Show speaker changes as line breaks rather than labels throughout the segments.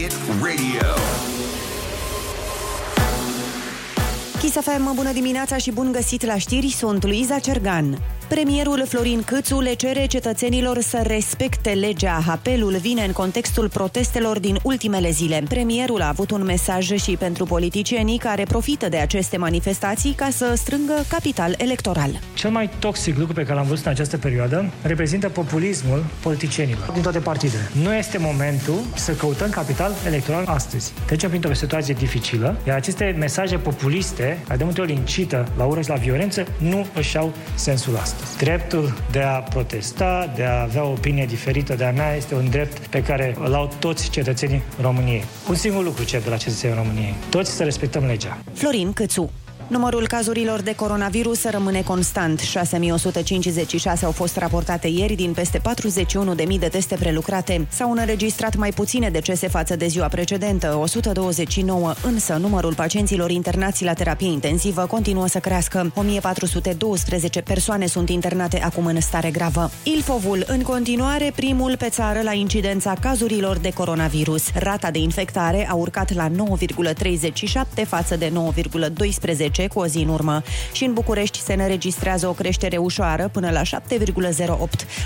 Radio.
Kiss FM, bună dimineața și bun găsit la știri, sunt Luiza Cergan. Premierul Florin Câțu le cere cetățenilor să respecte legea. Apelul vine în contextul protestelor din ultimele zile. Premierul a avut un mesaj și pentru politicienii care profită de aceste manifestații ca să strângă capital electoral.
Cel mai toxic lucru pe care l-am văzut în această perioadă reprezintă populismul politicienilor din toate partidele. Nu este momentul să căutăm capital electoral astăzi. Trecem printr-o situație dificilă, iar aceste mesaje populiste, care de multe ori incită la ură și la violență, nu își au sensul astăzi. Dreptul de a protesta, de a avea o opinie diferită de a mea, este un drept pe care îl au toți cetățenii României. Un singur lucru cer de la cetățenii României. Toți să respectăm legea.
Florin Câțu. Numărul cazurilor de coronavirus rămâne constant. 6156 au fost raportate ieri din peste 41.000 de teste prelucrate. S-au înregistrat mai puține decese față de ziua precedentă, 129, însă numărul pacienților internați la terapie intensivă continuă să crească. 1412 persoane sunt internate acum în stare gravă. Ilfovul, în continuare, primul pe țară la incidența cazurilor de coronavirus. Rata de infectare a urcat la 9,37 față de 9,12 cu o zi în urmă și în București se înregistrează o creștere ușoară până la 7,08.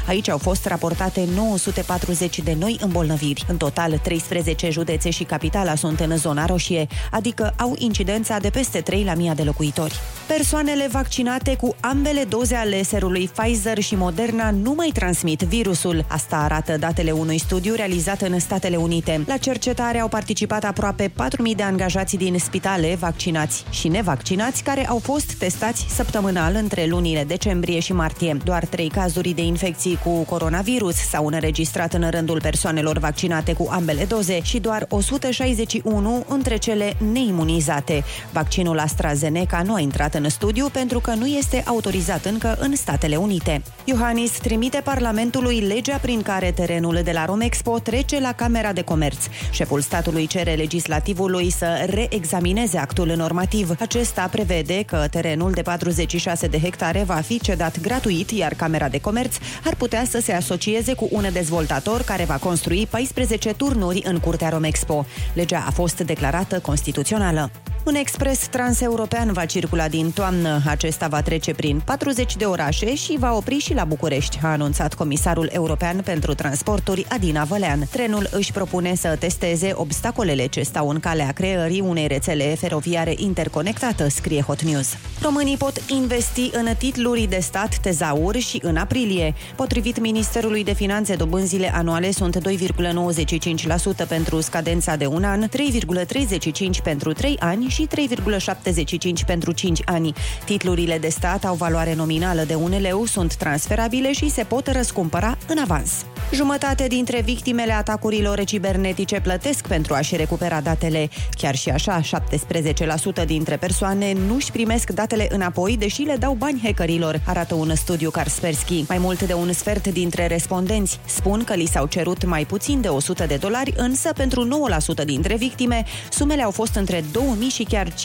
Aici au fost raportate 940 de noi îmbolnăviri. În total, 13 județe și capitala sunt în zona roșie, adică au incidența de peste 3 la 1000 de locuitori. Persoanele vaccinate cu ambele doze ale serului Pfizer și Moderna nu mai transmit virusul. Asta arată datele unui studiu realizat în Statele Unite. La cercetare au participat aproape 4.000 de angajați din spitale vaccinați și nevaccinați care au fost testați săptămânal între lunile decembrie și martie. Doar trei cazuri de infecții cu coronavirus s-au înregistrat în rândul persoanelor vaccinate cu ambele doze și doar 161 între cele neimunizate. Vaccinul AstraZeneca nu a intrat în studiu pentru că nu este autorizat încă în Statele Unite. Iohannis trimite Parlamentului legea prin care terenul de la Romexpo trece la Camera de Comerț. Șeful statului cere legislativului să reexamineze actul normativ. Acesta prevede că terenul de 46 de hectare va fi cedat gratuit, iar Camera de Comerț ar putea să se asocieze cu un dezvoltator care va construi 14 turnuri în curtea Romexpo. Legea a fost declarată constituțională. Un expres transeuropean va circula din toamnă. Acesta va trece prin 40 de orașe și va opri și la București, a anunțat comisarul european pentru transporturi Adina Vălean. Trenul își propune să testeze obstacolele ce stau în calea creării unei rețele feroviare interconectată, scrie Hot News. Românii pot investi în titluri de stat tezaur și în aprilie. Potrivit Ministerului de Finanțe, dobânzile anuale sunt 2,95% pentru scadența de un an, 3,35% pentru 3 ani și 3,75 pentru 5 ani. Titlurile de stat au valoare nominală de 1 leu, sunt transferabile și se pot răscumpăra în avans. Jumătate dintre victimele atacurilor cibernetice plătesc pentru a-și recupera datele. Chiar și așa, 17% dintre persoane nu-și primesc datele înapoi, deși le dau bani hackerilor, arată un studiu Kaspersky. Mai mult de un sfert dintre respondenți spun că li s-au cerut mai puțin de 100 de dolari, însă pentru 9% dintre victime, sumele au fost între 2000 și chiar 5.000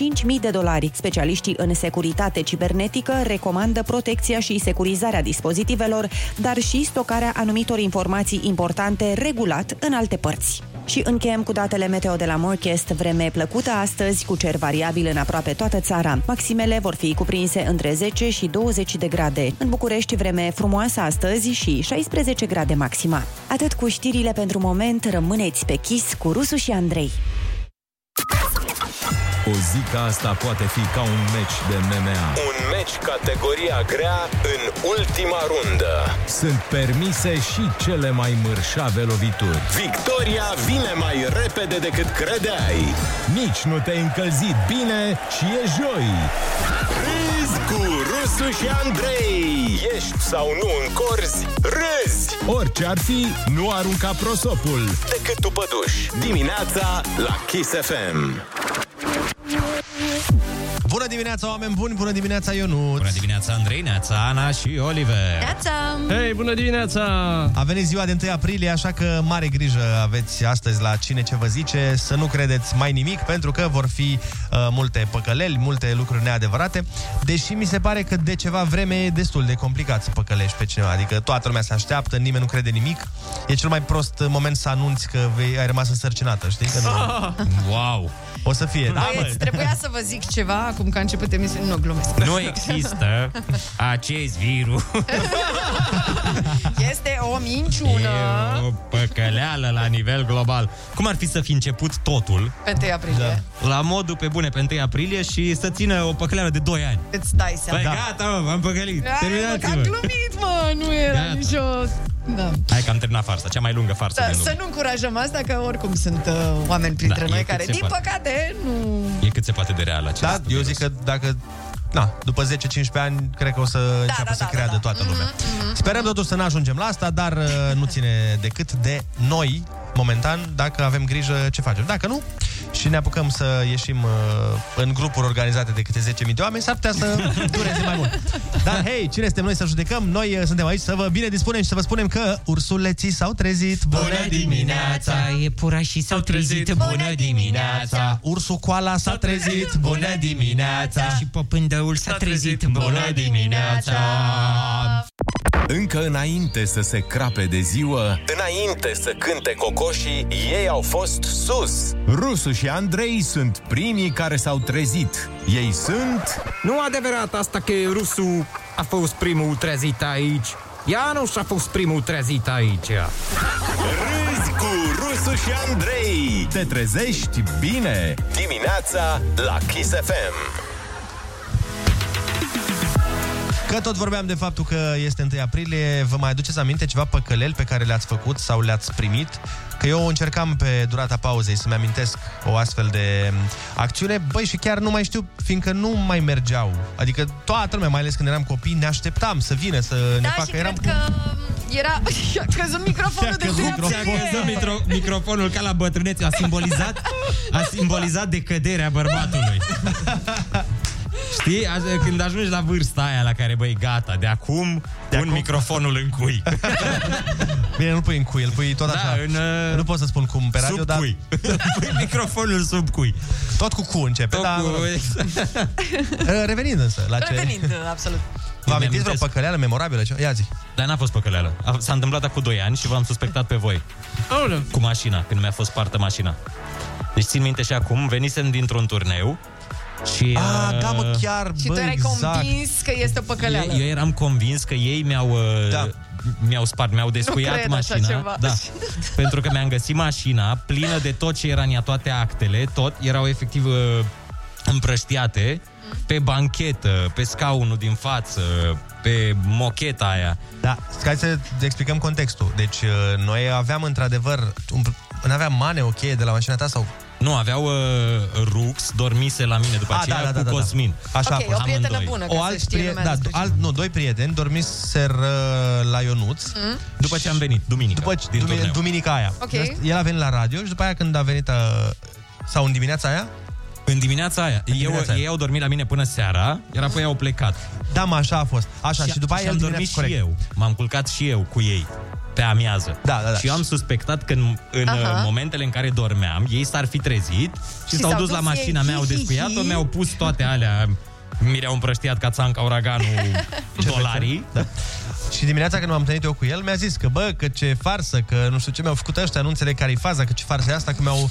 de dolari. Specialiștii în securitate cibernetică recomandă protecția și securizarea dispozitivelor, dar și stocarea anumitor informații importante regulat în alte părți. Și încheiem cu datele meteo de la Morchest, vreme plăcută astăzi cu cer variabil în aproape toată țara. Maximele vor fi cuprinse între 10 și 20 de grade. În București vreme frumoasă astăzi și 16 grade maxima. Atât cu știrile pentru moment, rămâneți pe chis cu Rusu și Andrei.
O zi ca asta poate fi ca un meci de MMA.
Un meci categoria grea în ultima rundă.
Sunt permise și cele mai mărșave lovituri.
Victoria vine mai repede decât credeai.
Nici nu te-ai încălzit bine și e joi.
Râzi cu Rusu și Andrei. Ești sau nu în corzi, râzi
Orice ar fi, nu arunca prosopul.
decât tu păduși. Dimineața la Kiss FM.
Bună dimineața, oameni buni! Bună dimineața, Ionut!
Bună dimineața, Andrei, Neața, Ana și Oliver.
Neața!
Hei, bună dimineața! A venit ziua de 1 aprilie, așa că mare grijă aveți astăzi la cine ce vă zice, să nu credeți mai nimic, pentru că vor fi uh, multe păcăleli, multe lucruri neadevărate, deși mi se pare că de ceva vreme e destul de complicat să păcălești pe cineva, adică toată lumea se așteaptă, nimeni nu crede nimic, e cel mai prost moment să anunți că vei, ai rămas însărcinată, știi? Că nu... wow! O să fie, da, mă.
Băieți, trebuia să vă zic ceva acum că a început emisiunea. Nu, glumesc.
Nu există acest virus.
Este o minciună
E o păcăleală la nivel global. Cum ar fi să fi început totul
pe 1
Da.
aprilie.
la modul pe bune pe 1 aprilie și să țină o păcăleală de 2 ani?
Îți dai seama.
Păi gata, mă, v-am păcălit.
Ai, mă, Am
Terminați-vă.
glumit, mă, nu era
Gata.
nicio... Da.
Hai că am terminat farsa, cea mai lungă farsă
Da,
din lume.
să nu încurajăm asta, că oricum sunt uh, oameni printre
Da, e
noi
cât
care,
se
din
poate.
păcate, nu...
E cât se poate de real acest
Da, eu zic că dacă Na, după 10-15 ani, cred că o să da, înceapă da, să da, creadă da, toată lumea. Mm-hmm, Sperăm totuși să nu ajungem la asta, dar uh, nu ține decât de noi, momentan, dacă avem grijă ce facem. Dacă nu, și ne apucăm să ieșim uh, în grupuri organizate de câte 10.000 de oameni, s-ar putea să dureze mai mult. Dar, hei, cine suntem noi să judecăm? Noi uh, suntem aici să vă bine dispunem și să vă spunem că ursuleții s-au trezit.
e pura și s-au trezit, bună dimineața
Ursul coala s-a trezit.
Bună dimineața Și popândăul s-a trezit, bună dimineața
Încă înainte să se crape de ziua,
Înainte să cânte cocoșii, ei au fost sus.
Rusu și Andrei sunt primii care s-au trezit. Ei sunt...
Nu adevărat asta că rusul a fost primul trezit aici. Ea nu și-a fost primul trezit aici.
Râzi cu Rusu și Andrei.
Te trezești bine!
Dimineața la Kiss FM.
Că tot vorbeam de faptul că este 1 aprilie, vă mai aduceți aminte ceva păcăleli pe care le-ați făcut sau le-ați primit? Că eu încercam pe durata pauzei să-mi amintesc o astfel de mm, acțiune. Băi, și chiar nu mai știu, fiindcă nu mai mergeau. Adică toată lumea, mai ales când eram copii, ne așteptam să vină, să ne
Da,
facă...
și
eram...
cred că era... I-a crezut microfonul de
crezut
tine.
Ți-a căzut micro- microfonul ca la bătrânețe A simbolizat, a simbolizat decăderea bărbatului Știi? Așa, Când ajungi la vârsta aia la care, băi, gata, de acum de pun acum. microfonul în cui.
Bine, nu pui în cui, îl pui tot
Da,
așa.
în, uh,
Nu pot să spun cum pe radio,
sub
dar
cui. pui microfonul sub cui.
tot cu cu începe.
Tot
da, mă
cu- exact.
rog. Revenind însă la ce...
Revenind, absolut.
Vă amintiți vreo
Mi-amintesc.
păcăleală memorabilă? Ce- Ia zi.
Dar n-a fost păcăleală. A- S-a întâmplat acum 2 ani și v-am suspectat pe voi.
Aoleu.
Cu mașina, când mi-a fost partă mașina. Deci țin minte și acum, venisem dintr-un turneu și...
Ah,
uh,
da, mă, chiar,
Și
bă,
tu erai
exact.
convins că este o păcăleală.
Eu, eu eram convins că ei mi-au uh,
Da.
mi-au spart, mi-au
Nu
descuiat
cred așa
mașina.
ceva.
Da. Pentru că mi-am găsit mașina plină de tot ce era în ea, toate actele, tot erau efectiv uh, împrăștiate
Mm.
pe banchetă, pe scaunul din față, pe mocheta aia.
Da, hai să explicăm contextul. Deci, uh, noi aveam într-adevăr, un, nu aveam mane o cheie de la mașina ta sau...
Nu, aveau uh, Rux, dormise la mine
Ah,
după
da,
aceea cu Cosmin.
Așa
Ok,
a fost.
o prietenă
Amândoi.
bună,
O
ca să
alt
știe
prieten,
lumea
da,
despre ce-
alt, nu, doi prieteni dormiseră uh, la Ionuț. Mm?
După ce am venit, duminică,
După
din
dumi-
turneu.
duminica aia.
Ok.
Deci, El a venit la radio și după aia când a venit uh, sau în dimineața aia,
În dimineața aia. eu,
dimineața aia.
Ei au dormit la mine până seara, iar apoi au plecat.
da, mă, așa a fost. Așa, și,
și,
după aia
și
el
am dormit
dimineața-
și
corect.
eu. M-am culcat și eu cu ei pe amiază.
Da, da, da.
Și eu am suspectat că în, în
Aha.
uh, momentele în care dormeam, ei s-ar fi trezit și,
Și
s-au dus la
ei,
mașina mea, au
hi, hi,
descuiat-o,
hi.
mi-au pus toate alea. Mi-au împrăștiat ca țanca uraganul dolarii. Da.
Și dimineața când m-am întâlnit eu cu el, mi-a zis că, bă, că ce farsă, că nu știu ce mi-au făcut ăștia, nu înțeleg care-i faza, că ce farsă e asta, că mi-au...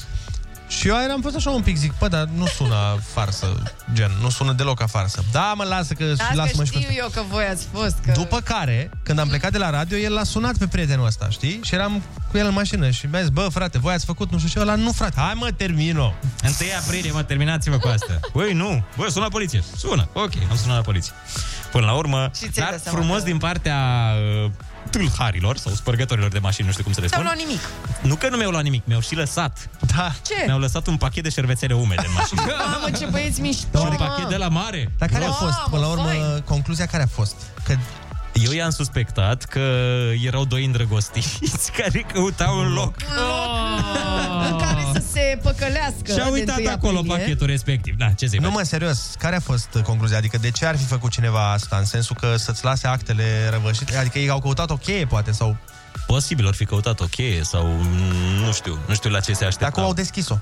Și eu am fost așa un pic, zic, bă, dar nu sună farsă, gen, nu sună deloc ca farsă. Da, mă, lasă că
Las
las
că
mă și pe
știu eu că voi ați fost. Că...
după care, când am plecat de la radio, el l-a sunat pe prietenul ăsta, știi? Și eram cu el în mașină și mi-a zis, bă, frate, voi ați făcut nu știu ce, ăla nu, frate, hai mă, termino.
1 aprilie, mă, terminați-vă cu asta. Băi, nu. Bă, sună la poliție. Sună. Ok, am sunat la poliție. Până la urmă,
Și ți-ai
dar
dat seama
frumos
că-
din partea uh, tâlharilor sau spărgătorilor de mașini, nu știu cum să le
Nu
spun.
luat nimic.
Nu că nu mi-au luat nimic, mi-au și lăsat.
Da.
Ce?
Mi-au lăsat un pachet de șervețele umede în mașină.
Mamă, ce băieți mișto,
Și un
mă.
Deci, pachet de la mare.
Dar care a
Mamă,
fost, până la urmă,
fain.
concluzia care a fost? Că
Eu i-am suspectat că erau doi îndrăgostiți care căutau un loc.
Un loc în care să se se păcălească.
Și a
de
Ah. uitat
1
acolo
aprilie.
pachetul respectiv. Da, ce zic?
Nu mă, serios, care a fost uh, concluzia? Adică de ce ar fi făcut cineva asta? În sensul că să-ți lase actele răvășite? Adică ei au căutat o cheie, poate, sau...
Posibil, or fi căutat o cheie sau mm, nu știu, nu știu la ce se
Dar cum
așteptau.
au deschis-o?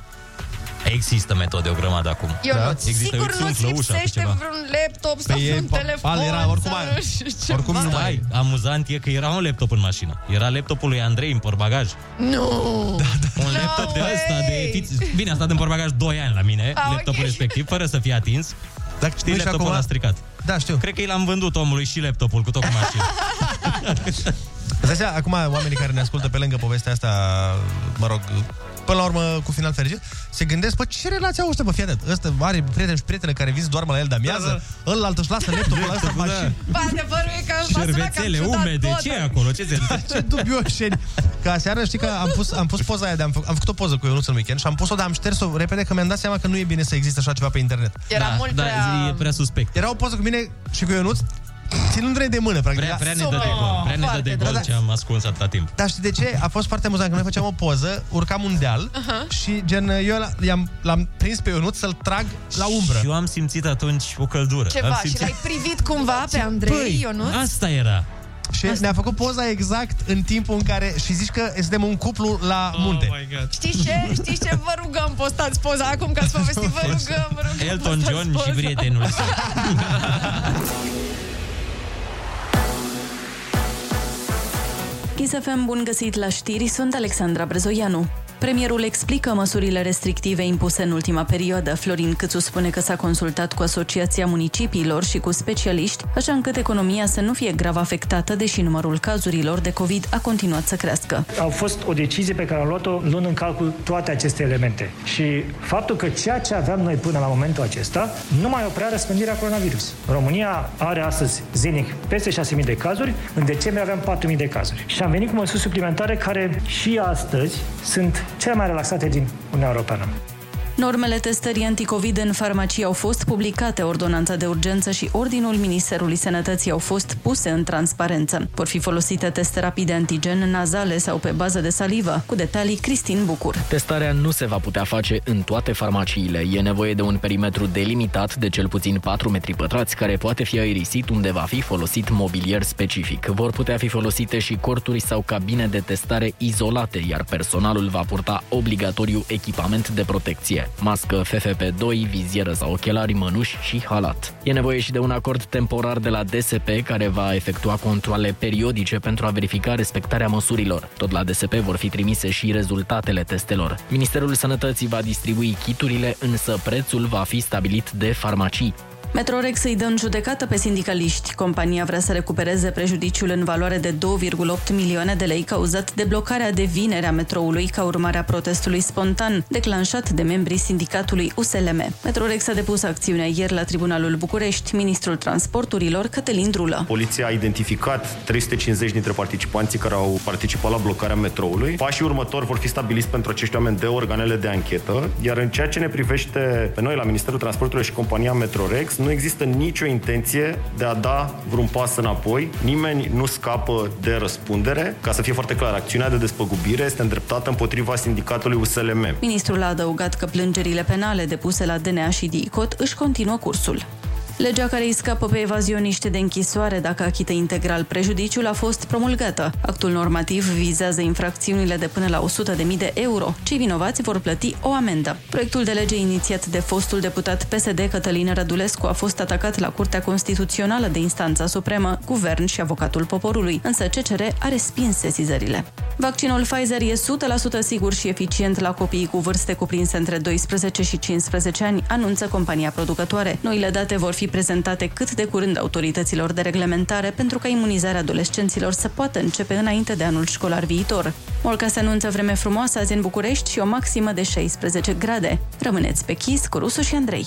Există metode o grămadă acum.
Eu da? nu.
Există,
Sigur
îți
nu-ți
umflă ușa cu
lipsește
ceva. Păi
vreun laptop sau
Păi e-
un
pa-
telefon.
al era, oricum
sau
al-
nu știu ceva.
oricum nu mai-
Stai, amuzant e că era un laptop în mașină. Era laptopul lui Andrei în portbagaj.
Nu!
Un
No
laptop de ăsta de
way!
fiți... Bine, a stat în portbagaj 2 ani la mine,
Ah,
laptopul
ok.
respectiv, fără să fie atins.
Dacă
Știi,
nu, și
laptopul
acum-
l-a stricat.
Da, știu.
Cred că i l-am vândut omului și laptopul cu tot cu mașină.
Îți dai seama, acum oamenii care ne ascultă pe lângă povestea asta, mă rog, până la urmă cu final fericit, se gândesc, bă, ce relație au ăștia, bă, fii atent. Ăsta are prieteni și prietene care vin să doarmă la el de amiază, ăla își lasă laptopul ăsta în mașină.
Ba, adevărul e că m-a sunat că am
Șervețele
ciudat
umede,
tot.
ce e acolo? Ce se
Ce dubioșeni. Că aseară știi că am pus, am pus poza aia de am, făcut, am făcut o poză cu Ionuț în weekend și am pus-o, dar am șters-o repede că mi-am dat seama că nu e bine să existe așa ceva pe internet.
Era mult
da,
prea...
e prea suspect.
Era o poză cu mine și cu Ionuț ținându-ne de mână, practic.
Prea, prea
Era-
ne dă
super.
de gol, prea ne dă de
Foarte
gol
drăguț.
ce am ascuns atâta timp.
Dar știi de ce? A fost foarte amuzant că noi făceam o poză, urcam un deal uh-huh. și gen eu la- i-am, l-am prins pe Ionut să-l trag la umbră.
Și eu am simțit atunci o căldură.
Ceva.
am
Și
simțit... Păi,
l-ai privit cumva pe Andrei, Ionuț?
asta era.
Și ne-a făcut poza exact în timpul în care și zici că suntem un cuplu la munte.
Oh my God.
Știi ce? Știi ce? Vă rugăm, postați poza acum că ați povestit, vă rugăm, vă rugăm.
Elton
postați
John
poza.
și prietenul său.
KSFM bun găsit la știri, sunt Alexandra Brezoianu. Premierul explică măsurile restrictive impuse în ultima perioadă. Florin Câțu spune că s-a consultat cu Asociația Municipiilor și cu specialiști, așa încât economia să nu fie grav afectată, deși numărul cazurilor de COVID a continuat să crească.
Au fost o decizie pe care am luat-o luând în calcul toate aceste elemente. Și faptul că ceea ce aveam noi până la momentul acesta nu mai oprea răspândirea coronavirus. România are astăzi zilnic peste 6.000 de cazuri, în decembrie aveam 4.000 de cazuri. Și am venit cu măsuri suplimentare care și astăzi sunt cele mai relaxate din Uniunea Europeană.
Normele testării anticovid în farmacie au fost publicate, ordonanța de urgență și ordinul Ministerului Sănătății au fost puse în transparență. Vor fi folosite teste rapide antigen, nazale sau pe bază de salivă. Cu detalii, Cristin Bucur.
Testarea nu se va putea face în toate farmaciile. E nevoie de un perimetru delimitat de cel puțin 4 metri pătrați care poate fi aerisit unde va fi folosit mobilier specific. Vor putea fi folosite și corturi sau cabine de testare izolate, iar personalul va purta obligatoriu echipament de protecție, mască FFP2, vizieră sau ochelari, mănuși și halat. E nevoie și de un acord temporar de la DSP care va efectua controle periodice pentru a verifica respectarea măsurilor. Tot la DSP vor fi trimise și rezultatele testelor. Ministerul Sănătății va distribui chiturile, însă prețul va fi stabilit de farmacii.
Metrorex îi dă în judecată pe sindicaliști. Compania vrea să recupereze prejudiciul în valoare de 2,8 milioane de lei cauzat de blocarea de vinere a metroului ca urmare a protestului spontan declanșat de membrii sindicatului USLM. Metrorex a depus acțiunea ieri la Tribunalul București. Ministrul Transporturilor, Cătălin Drulă.
Poliția a identificat 350 dintre participanții care au participat la blocarea metroului. Pașii următori vor fi stabiliți pentru acești oameni de organele de anchetă, iar în ceea ce ne privește pe noi la Ministerul Transportului și compania Metrorex, nu există nicio intenție de a da vreun pas înapoi. Nimeni nu scapă de răspundere. Ca să fie foarte clar, acțiunea de despăgubire este îndreptată împotriva sindicatului USLM.
Ministrul a adăugat că plângerile penale depuse la DNA și DICOT își continuă cursul. Legea care îi scapă pe evazioniști de închisoare dacă achită integral prejudiciul a fost promulgată. Actul normativ vizează infracțiunile de până la 100.000 de euro. Cei vinovați vor plăti o amendă. Proiectul de lege inițiat de fostul deputat PSD Cătălin Rădulescu a fost atacat la Curtea Constituțională de Instanța Supremă, Guvern și Avocatul Poporului, însă CCR a respins sesizările. Vaccinul Pfizer e 100% sigur și eficient la copiii cu vârste cuprinse între 12 și 15 ani, anunță compania producătoare. Noile date vor fi prezentate cât de curând autorităților de reglementare pentru ca imunizarea adolescenților să poată începe înainte de anul școlar viitor. Morca se anunță vreme frumoasă azi în București și o maximă de 16 grade. Rămâneți pe chis cu Rusu și Andrei.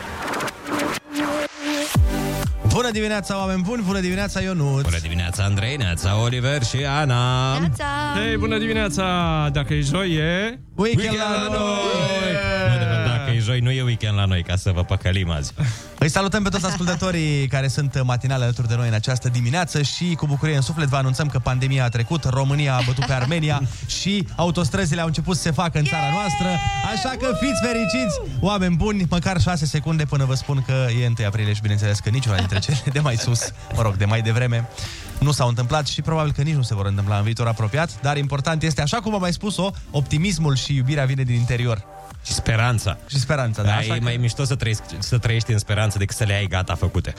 Bună dimineața, oameni buni! Bună dimineața, Ionut! Bună
dimineața, Andrei, neața, Oliver și Ana!
Hei, bună dimineața! Dacă e joi, e...
Weekend la
noi!
Dacă e joi, nu e weekend la noi, ca să vă păcălim azi.
Îi salutăm pe toți ascultătorii care sunt matinale alături de noi în această dimineață și cu bucurie în suflet vă anunțăm că pandemia a trecut, România a bătut pe Armenia și autostrăzile au început să se facă în țara noastră, așa că fiți fericiți, oameni buni, măcar 6 secunde până vă spun că e 1 aprilie și bineînțeles că niciuna dintre cele de mai sus, mă rog, de mai devreme, nu s-au întâmplat și probabil că nici nu se vor întâmpla în viitor apropiat, dar important este, așa cum am mai spus-o, optimismul și iubirea vine din interior.
Și speranța.
Și speranța, da.
Da,
așa
e
că-
mai mișto să trăiești, să trăiești în speranță decât să le ai gata făcute.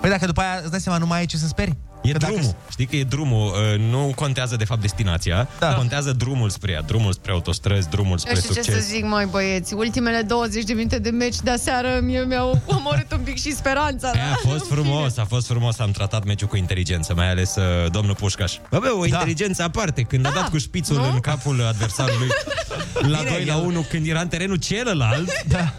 Păi dacă după aia îți dai seama, nu mai ai ce să speri?
E că drumul. Dacă... Știi că e drumul, uh, nu contează de fapt destinația, da. contează drumul spre ea, drumul spre autostrăzi, drumul spre
Eu știu ce
succes.
să zic, mai băieți. Ultimele 20 de minute de meci de seară mie mi-au omorât un pic și speranța.
Aia a fost frumos, a fost frumos, am tratat meciul cu inteligență, mai ales uh, domnul Pușcaș. Da. Bă, bă, o inteligență aparte, când
Da.
a dat cu șpițul în capul adversarului la 2 la 1, când era în terenul celălalt.
Da.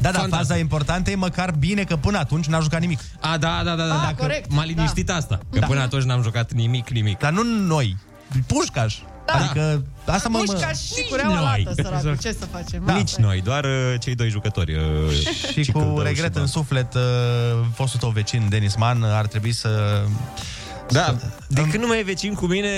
Da, da, faza importantă e măcar bine că până atunci n-a jucat nimic.
A, da, da,
Ah,
da, da, dacă
Ah, corect,
m-a liniștit asta, că
Da.
până atunci n-am jucat nimic, nimic.
Dar nu noi, Pușcaș. Da. Adică asta mă... mă...
Pușcaș și cureaua
noi.
lată, săracul. Ce să facem?
Da.
Nici noi, doar uh, cei doi Exact. jucători. uh,
Și cu
Cicâldău
regret
și
în suflet, uh, fostul tău vecin, Denis Man, ar trebui să...
Da, de când nu mai e vecin cu mine,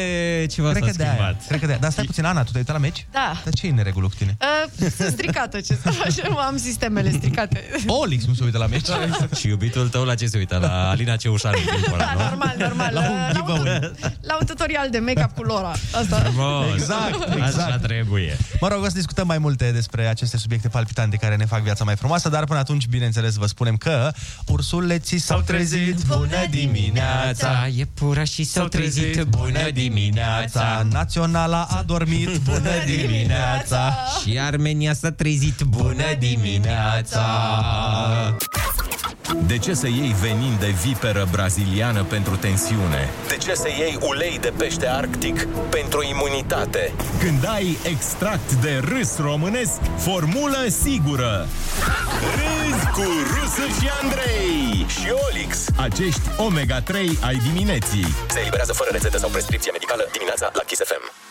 ceva
Cred
s-a
că de aia,
schimbat.
cred că de aia. Dar stai puțin, Ana, tu te-ai uitat la meci?
Da.
Dar ce e în regulă cu tine?
Uh, sunt stricată, ce să facem? Am sistemele stricate.
Olix nu se uită la meci.
Și iubitul tău la ce se uită? La Alina Ceușanu.
Da, normal, normal. La un, la un, la un tutorial de make-up cu Lora. Asta.
Exact, exact.
Așa trebuie.
Mă rog, o să discutăm mai multe despre aceste subiecte palpitante care ne fac viața mai frumoasă, dar până atunci, bineînțeles, vă spunem că ursuleții s-au trezit, bună dimineața!
Iepurașii
s-au trezit, bună dimineața! Naționala a dormit, bună dimineața!
Și Armenia s-a trezit, bună dimineața!
De ce să iei venin de viperă braziliană pentru tensiune? De ce să iei ulei de pește arctic pentru imunitate? Când ai extract de râs românesc, formulă sigură! Râs cu Rusu și Andrei și Olix. Acești omega-3 ai dimineții. Se eliberează fără rețetă sau prescripție medicală dimineața la Kiss FM.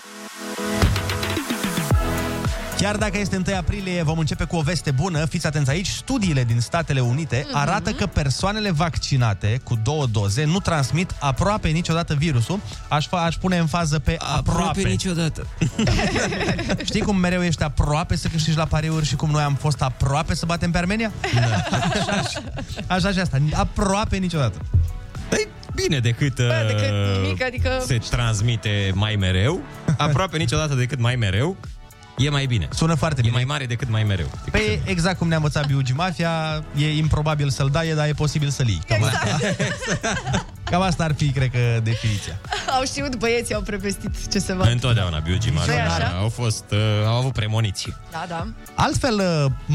Chiar dacă este 1 aprilie, vom începe cu o veste bună. Fiți atenți aici, studiile din Statele Unite arată că persoanele vaccinate cu două doze nu transmit aproape niciodată virusul. Aș, fa- aș pune în fază pe aproape.
niciodată.
Știi cum mereu ești aproape să câștigi la pariuri și cum noi am fost aproape să batem pe Armenia? Da. Așa și asta, aproape niciodată.
Bine decât, Bă,
decât nimic, adică-
se transmite mai mereu, aproape niciodată decât mai mereu, e mai bine.
Sună foarte bine.
E mai mare decât mai mereu.
Pe exact cum ne-a învățat Biugi Mafia, e improbabil să-l dai, dar e posibil să-l iei. Cam, exact. asta. Cam asta ar fi, cred că, definiția.
Au știut băieții, au prevestit ce se va.
Întotdeauna biogii
Nu-i
mari
așa?
au fost, uh, au avut premoniții.
Da, da.
Altfel,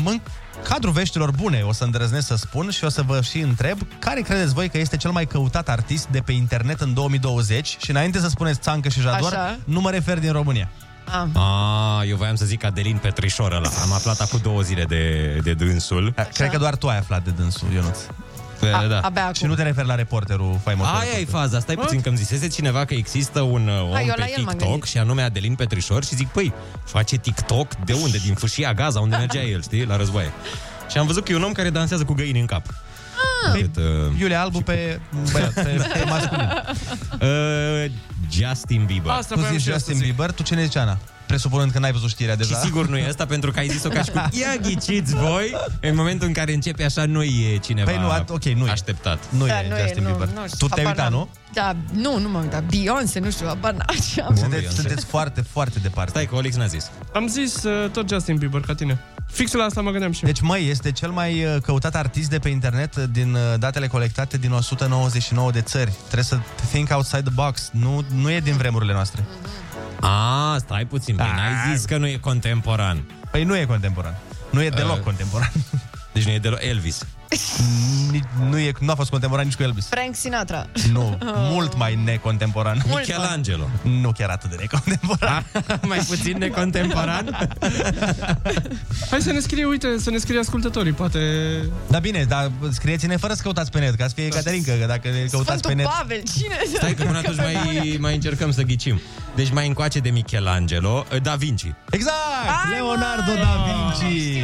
în cadrul veștilor bune, o să îndrăznesc să spun și o să vă și întreb, care credeți voi că este cel mai căutat artist de pe internet în 2020? Și înainte să spuneți Țancă și Jador,
Așa.
nu mă refer din România.
Am.
Ah, eu voiam să zic Adelin Petrișor ăla. Am aflat acum două zile de, de dânsul.
Cred că doar tu ai aflat de dânsul, Ionuț. Ah,
Da, da.
Abia acum.
Și nu te referi la reporterul faimos.
Aia e faza, stai puțin că îmi zisese cineva că există un uh, om
Hai, eu la
pe
el m-am
TikTok
gândit.
și anume Adelin Petrișor și zic, păi, face TikTok de unde? Din fâșia Gaza, unde mergea el, știi, la războaie. Și am văzut că e un om care dansează cu găini în cap.
Ah.
Cât, uh,
Păi, Iulia Albu pe, băiat, pe, pe masculin.
uh, Justin Bieber.
tu zici Justin Bieber, tu ce ne zici, Ana? Presupunând că n-ai văzut știrea deja.
Și sigur nu e asta pentru că ai zis-o ca și cum Ia ghiciți voi În momentul în care începe așa nu e cineva
Păi nu, at- ok, nu e.
așteptat
Nu
Da,
e
nu e,
Justin
nu,
Bieber.
nu știu,
tu te-ai
habar
uitat,
n-am.
nu?
Da, nu, nu m-am uitat. Beyoncé, nu știu, abana așa.
Sunteți, sunteți foarte, foarte departe.
Stai că Olix n-a zis
Am zis uh, tot Justin Bieber ca tine. Fix la asta mă gândeam și eu.
Deci, măi, este cel mai uh, căutat artist de pe internet uh, din uh, datele colectate din 199 de țări. Trebuie să think outside the box. Nu, nu e din vremurile noastre. Ah.
A, stai puțin Păi n-ai zis că nu e contemporan
Păi nu e contemporan. Nu e deloc
Uh.
contemporan.
Deci nu e deloc Elvis
Nici- Nu, e, nu a fost contemporan nici cu Elvis.
Frank Sinatra.
Nu, mult mai necontemporan.
Mult mai. Ah, Michelangelo.
Nu chiar atât de necontemporan. mai puțin necontemporan?
Hai să ne scrie, uite, să ne scrie ascultătorii, poate...
Da bine, dar scrieți-ne fără să căutați pe net, ca să fie Caterinca, că dacă le căutați
Sfântul
pe net...
Pavel, cine?
Stai că până atunci mai, mai încercăm să ghicim. Deci mai încoace de Michelangelo, Da Vinci.
Exact! Leonardo da Vinci!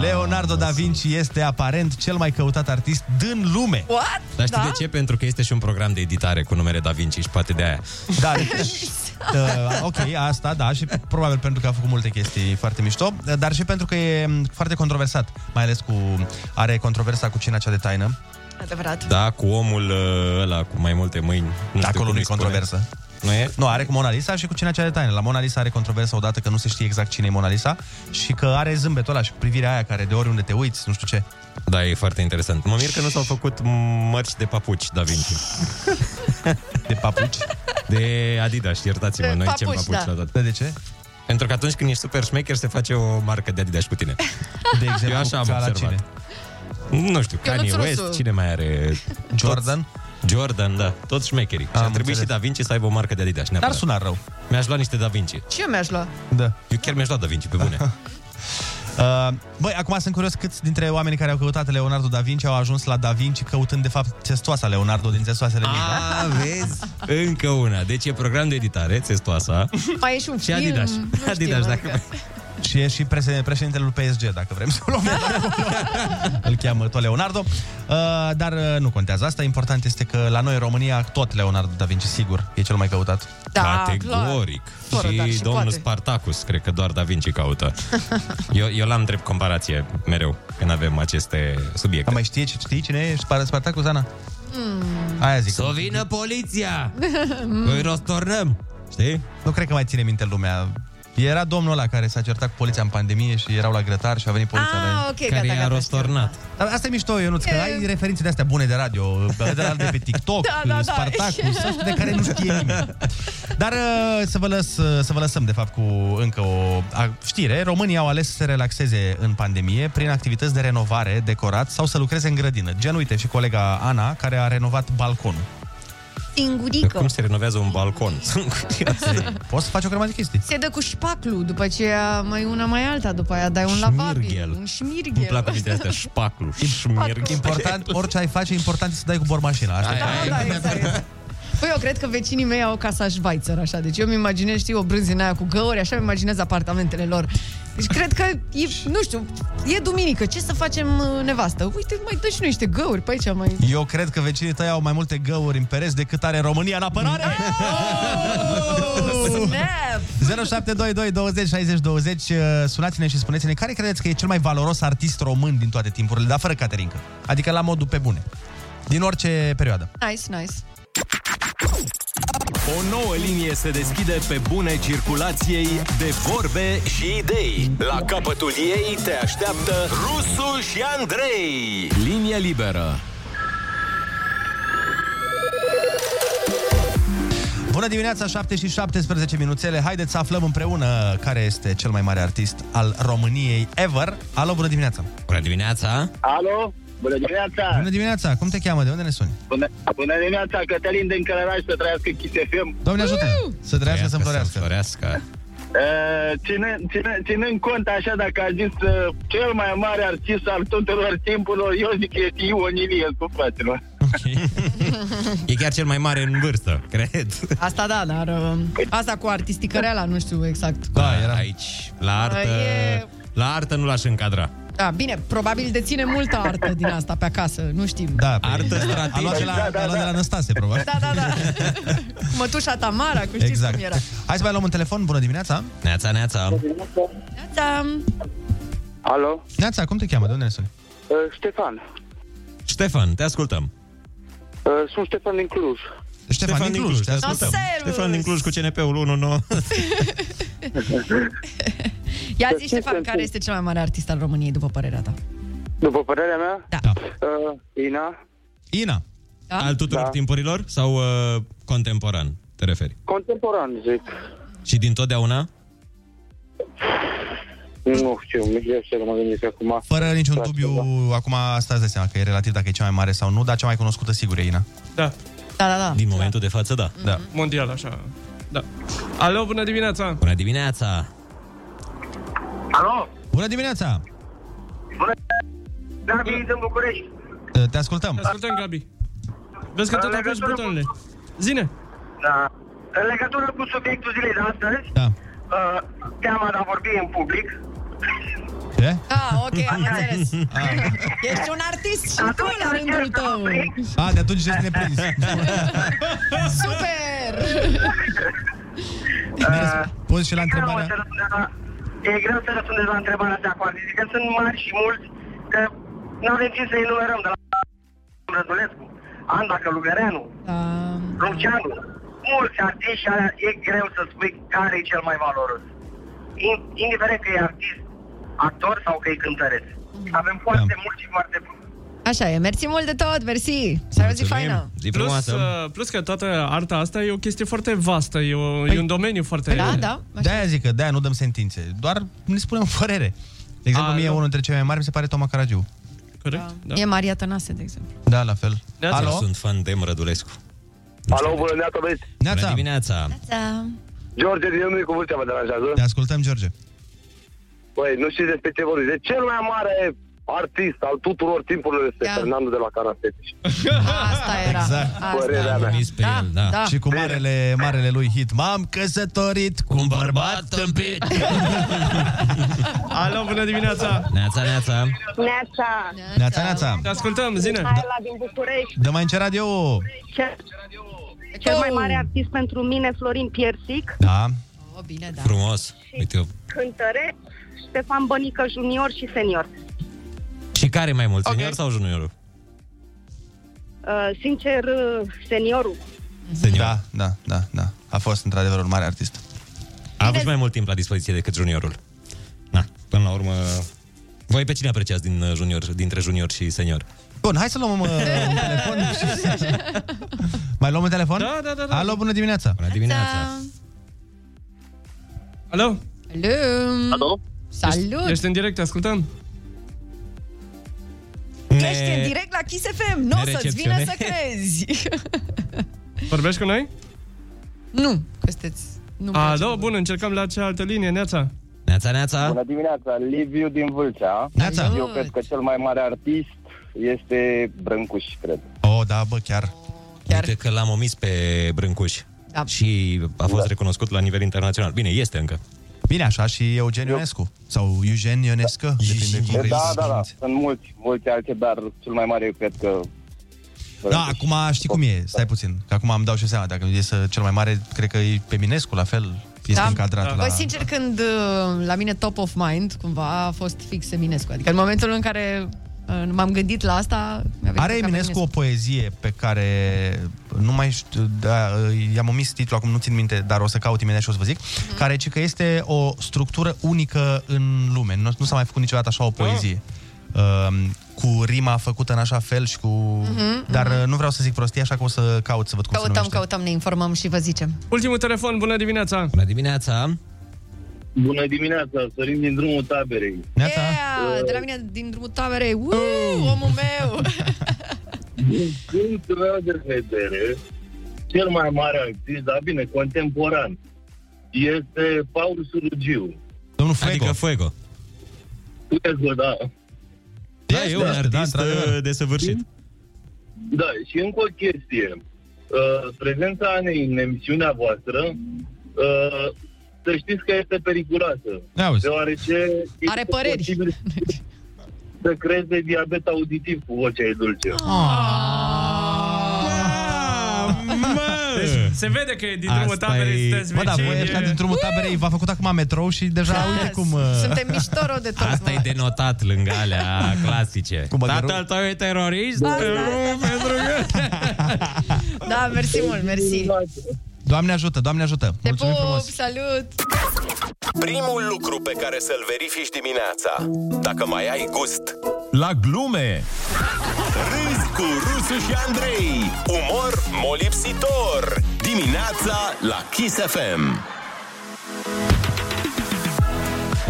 Leonardo da Vinci este aparent cel mai căutat artist din lume.
What? Da.
Dar știi
Da?
de ce? Pentru că este și un program de editare cu numere Da Vinci și poate de aia.
Da, uh, ok, asta, da, și probabil pentru că a făcut multe chestii foarte mișto, dar și pentru că e m, foarte controversat, mai ales cu... are controversa cu cina cea de taină.
Adevărat.
Da, cu omul uh, ăla cu mai multe mâini. Nu știu
acolo
cum
nu-i
îi spune.
controversă.
Nu e?
Nu, are cu Mona Lisa și cu cina cea de taină. La Mona Lisa are controversa odată că nu se știe exact cine e Mona Lisa și că are zâmbetul ăla și privirea aia care de oriunde te uiți, nu știu ce.
Da, e foarte interesant. Mă mir că nu s-au făcut mărci de papuci Da Vinci.
De papuci?
De Adidas, iertați-mă,
De
noi
papuci,
zicem papuci
da.
la toate.
Da, de ce?
Pentru că atunci când ești super șmecher se face o marcă de Adidas cu tine.
De exemplu,
Eu așa am
ți-a la
observat.
cine?
Nu știu,
Ionuț
Kanye West,
Rusu.
cine mai are?
Jordan?
Jordan, da, toți șmecherii. Și ar trebui și Da Vinci să aibă o marcă de Adidas. Neapărat.
Dar suna rău.
Mi-aș lua niște Da Vinci.
Ce eu mi-aș lua?
Da.
Eu chiar mi-aș lua Da Vinci, pe bune.
Uh, băi, acum sunt curios câți dintre oamenii care au căutat Leonardo da Vinci au ajuns la da Vinci căutând de fapt testoasa Leonardo din testoasele lui.
A, vezi? Încă una. Deci e program de editare, testoasa.
Mai e și un
Și
film.
Adidas.
nu știm,
Adidas,
adică.
dacă...
Și e și prese- președintele lui PSG, dacă vrem să o luăm. de acolo. Îl cheamă tot Leonardo. Uh, dar uh, nu contează asta. Important este că la noi, în România, tot Leonardo da Vinci, sigur, e cel mai căutat.
Da,
Categoric.
clar. Fără,
și,
dar și
domnul
poate.
Spartacus, cred că doar Da Vinci caută. Eu, eu l-am drept comparație mereu când avem aceste subiecte. Păi,
Mai știi, știi cine e Spar- Spartacus, Ana?
Mm.
Aia zic.
Să vină poliția!
Păi
Mm.
rostornăm! Știi?
Nu cred că mai ține minte lumea. Era domnul ăla care s-a certat cu poliția în pandemie și erau la grătar și a venit poliția.
Ah,
la-
ok, Care gata, i-a gata,
rostornat.
Dar asta e mișto, Ionuț, că
E-
ai referințe de astea bune de radio, de, la- de pe TikTok,
Da, da, da.
Spartacus, ăștia de care nu știe nimeni. Dar uh, să vă, lăs, uh, să vă lăsăm, de fapt, cu încă o a- știre. Românii au ales să se relaxeze în pandemie prin activități de renovare, decorat sau să lucreze în grădină. Gen, uite, și colega Ana, care a renovat balconul.
Singurică.
Cum se renovează un balcon? Sunt curios.
Da. Poți să faci o grămadă de chestii.
Se dă cu șpaclu, după aceea mai una, mai alta, după aia dai un lavabil,
Șmirghel.
un
Îmi
șmirghel.
plac cuvintele astea, șpaclu, șmirg.
Important, orice ai face, important este să dai cu bormașina. Asta e.
Da, da, exact. exact. Păi eu cred că vecinii mei au o casă Schweizer, așa. Deci eu îmi imaginez, știi, o brânzină aia cu găuri, așa îmi imaginez apartamentele lor. Deci cred că, e, nu știu, e duminică, ce să facem uh, nevastă? Uite, mai dă și noi niște găuri pe aici, mai...
Eu cred că vecinii tăi au mai multe găuri în pereți decât are România în apărare.
Mm.
0722 20 60 20 uh, Sunați-ne și spuneți-ne care credeți că e cel mai valoros artist român din toate timpurile, dar fără Caterinca. Adică la modul pe bune. Din orice perioadă.
Nice, nice.
O nouă linie se deschide pe bune circulației de vorbe și idei. La capătul ei te așteaptă Rusu și Andrei. Linie liberă.
Bună dimineața, 7 și 17 minuțele. Haideți să aflăm împreună care este cel mai mare artist al României ever. Alo, bună dimineața!
Bună dimineața!
Alo, bună dimineața!
Bună dimineața! Cum te cheamă? De unde ne suni?
Bună, bună dimineața, Cătălin din Călăraș, să trăiască Kiss FM.
Doamne ajută! Să trăiască, să-mi florească.
florească.
Uh, ține- ține- Ținând cont așa, dacă a zis uh, cel mai mare artist al tuturor timpurilor, eu zic că este Ion Iliescu, fraților.
E chiar cel mai mare în vârstă, cred.
Asta da, dar uh, asta cu artisticăreala, nu știu exact.
Da, era. Aici, la artă,
E-
la artă nu l-aș încadra.
Da, bine, probabil deține multă artă din asta pe acasă, nu știm.
Da,
artă strategică.
A luat de la,
Da,
a luat de la Năstase, probabil.
Da, da, da. Mătușa Tamara, cu știți
Exact.
cum era.
Hai să mai luăm un telefon. Bună dimineața!
Neața, neața!
Da,
Alo? Neața, cum te cheamă? De unde ne suni?
Uh, Ștefan.
Ștefan, te ascultăm.
Uh, Sunt Ștefan din Cluj.
Ștefan,
Ștefan din Cluj, te ascultăm.
No, servus!
Ștefan din Cluj cu CNP-ul 19.
ia zi, Ștefan, care este cel mai mare artist al României, după părerea ta?
După părerea mea? Uh,
Da.
Ina,
Ina.
Da?
Al tuturor
Da.
timpurilor sau uh, contemporan, te referi?
contemporan, zic.
Și din totdeauna?
Nu știu, mi-e greu să mă gândesc acum.
Fără niciun dubiu, acum asta îți dai seama că e relativ dacă e cea mai mare sau nu, dar cea mai cunoscută sigur e Ina.
Da.
Da, da, Mhm. da.
Din momentul de față, da. Da.
Mondial, așa. Da. Alo, bună dimineața!
Bună dimineața!
Alo? Bună dimineața!
Gabi din București.
Te ascultăm.
Te ascultăm, Gabi. Vezi că
În
tot apeși
legătură
butoanele. Zine!
Da. În legătură cu subiectul zilei de astăzi, da. uh, teama de a vorbi în public.
Ce?
Ah, ok, am înțeles. Ești un artist și tu la rândul tău.
A, de atunci ești neprins.
Super!
Eh,
Uh,
Poți și
e
la
greu
întrebarea.
să răspund la- E greu să răspundeți la întrebarea de acolo. Adică sunt mari și mulți, că nu avem timp să enumerăm de la Rădulescu, Anda Călugăreanu,
Da.
Lucianu. Mulți artiști și alea e greu să spui care e cel mai valoros. In- Indiferent că e artist, actor sau că e cântăreț.
Mm.
Avem foarte
Da.
mulți și foarte
Așa e, mersi mult de tot, mersi! Să ai o zi faină!
plus, uh, plus că toată arta asta e o chestie foarte vastă, e, o,
Păi
e un domeniu foarte...
Da,
De-aia Da, zic că de-aia nu dăm sentințe. Doar ne spunem părere. De exemplu,
A,
mie
da.
unul dintre cei mai mari mi se pare Toma Caragiu.
Corect?
Da. E Maria Tănase, de exemplu.
Da, la fel.
Neața.
Alo?
Eu sunt fan de M. Rădulescu.
Alo, bună dimineața, băieți.
Bună dimineața!
Da.
George din Iunie, cu vârstea vă deranjează?
Te ascultăm, George.
Băi, nu știți despre ce vorbiți. De cel mai mare artist al tuturor timpurilor este
Da.
Fernando de la Carasteteș.
Asta era.
Exact.
Da, Asta era. da,
da.
da.
Și cu marele, marele lui hit. M-am căsătorit cu un bărbat tâmpit.
Alo, bună dimineața!
Neața, neața!
Neața.
Neața, neața. Da.
Te ascultăm, zine!
Mihaela din București.
Dă mai în radio.
Cel, cel mai mare artist pentru mine, Florin Piersic,
Da,
O, bine, da.
frumos. Uite, eu-
cântăreț, Ștefan Bănică junior și senior.
și care mai mult, senior sau juniorul?
Uh, sincer, uh, seniorul.
Senior. Da, da, da, da. A fost într-adevăr un mare artist.
A avut mai mult timp la dispoziție decât juniorul. Na, până la urmă... Voi pe cine apreciați din uh, junior, dintre junior și senior?
Bun, hai să luăm uh, un telefon. și să- Mai luăm un telefon? Da,
da, da.
Alo, bună dimineața. Bună
dimineața.
Alo?
Alo. Alo. Salut!
Ești, ești în direct, te ascultăm?
Că ești în direct la Kiss FM, nu o
ne
să-ți vină să
recepționezi.
crezi.
Vorbești cu noi?
nu, că sunteți... Nu
Alo, bun, încercăm la cealaltă linie, Neața.
Neața, neața.
Bună dimineața, Liviu din Vâlcea.
Neața.
Da? Eu cred că cel mai mare artist este Brâncuș, cred.
Oh, da, bă, chiar.
Chiar? Uite că l-am omis pe Brâncuș.
Da.
Și a fost da. recunoscut la nivel internațional. Bine, este încă.
Bine, așa și Eugen Ionescu. Sau Eugen Ionescu, depinde cum vrei
Da,
să
da, da,
pronunți.
sunt mulți, mulți alții, dar cel mai mare eu cred că...
Da, acum știi cum e, stai puțin, că acum îmi dau și seama, dacă e să cel mai mare, cred că e pe Minescu, la fel,
Da.
este încadrat la...
Bă, sincer, când uh, la mine top of mind, cumva, a fost fix Eminescu. Adică în momentul în care uh, m-am gândit la asta... mi-a venit
Are
ca pe
Eminescu o poezie pe care nu mai știu, da, i-am omis titlul, acum nu țin minte, dar o să caut imediat și o să vă zic,
Mhm.
care ci că este o structură unică în lume. Nu, nu s-a mai făcut niciodată
Ah.
așa o poezie. Um, cu rima făcută în așa fel și cu...
Mhm,
Dar uh, nu vreau să zic prostie, așa că o să caut să văd cum se
Căutăm,
numește.
căutăm, ne informăm și vă zicem.
Ultimul telefon, bună dimineața!
Bună dimineața!
Bună dimineața, Sorin din drumul taberei.
Neața!
Ea, de la mine, din drumul taberei, uuu, omul meu!
Din punctul meu de vedere, cel mai mare artist, dar bine, contemporan, este Paul Surugiu.
Domnul Fuego.
Adică Fuego.
Fuego, da.
Da, e un artist da, desăvârșit.
Da, și încă o chestie. Uh, prezența Anei în emisiunea voastră, uh, să știți că este periculoasă.
Auzi.
Deoarece
Are păreri.
posibil să creeze diabet auditiv cu vocea ei dulce.
Ah,
Deci, se vede că e din drumul
Asta
taberei,
e-
sunteți
Bă, da,
vecini,
voi ăștia
e-
din drumul taberei v-a făcut acum metrou și deja
Da,
uite cum... uh,
Suntem miștoro de tot.
Asta e denotat lângă alea clasice. Cu Tatăl tău e terorist?
Da,
te
da,
rup pentru că...
Da, mersi mult, mersi.
Doamne ajută, Doamne ajută!
Te
Mulțumim
pup,
frumos!
salut!
Primul lucru pe care să-l verifici dimineața, dacă mai ai gust. La glume! Râzi cu Rusu și Andrei. Umor molipsitor. Dimineața la Kiss FM.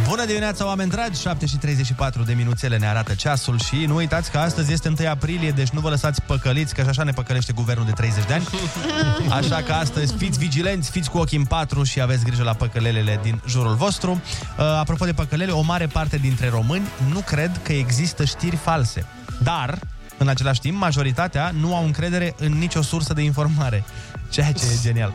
Bună dimineața, oameni dragi! 7 și 34 de minuțele ne arată ceasul și nu uitați că astăzi este 1 aprilie, deci nu vă lăsați păcăliți, că așa ne păcălește guvernul de 30 de ani. Așa că astăzi fiți vigilenți, fiți cu ochii în patru și aveți grijă la păcălelele din jurul vostru. Uh, Apropo de păcălele, o mare parte dintre români nu cred că există știri false. Dar, în același timp, majoritatea nu au încredere în nicio sursă de informare. Ceea ce e genial.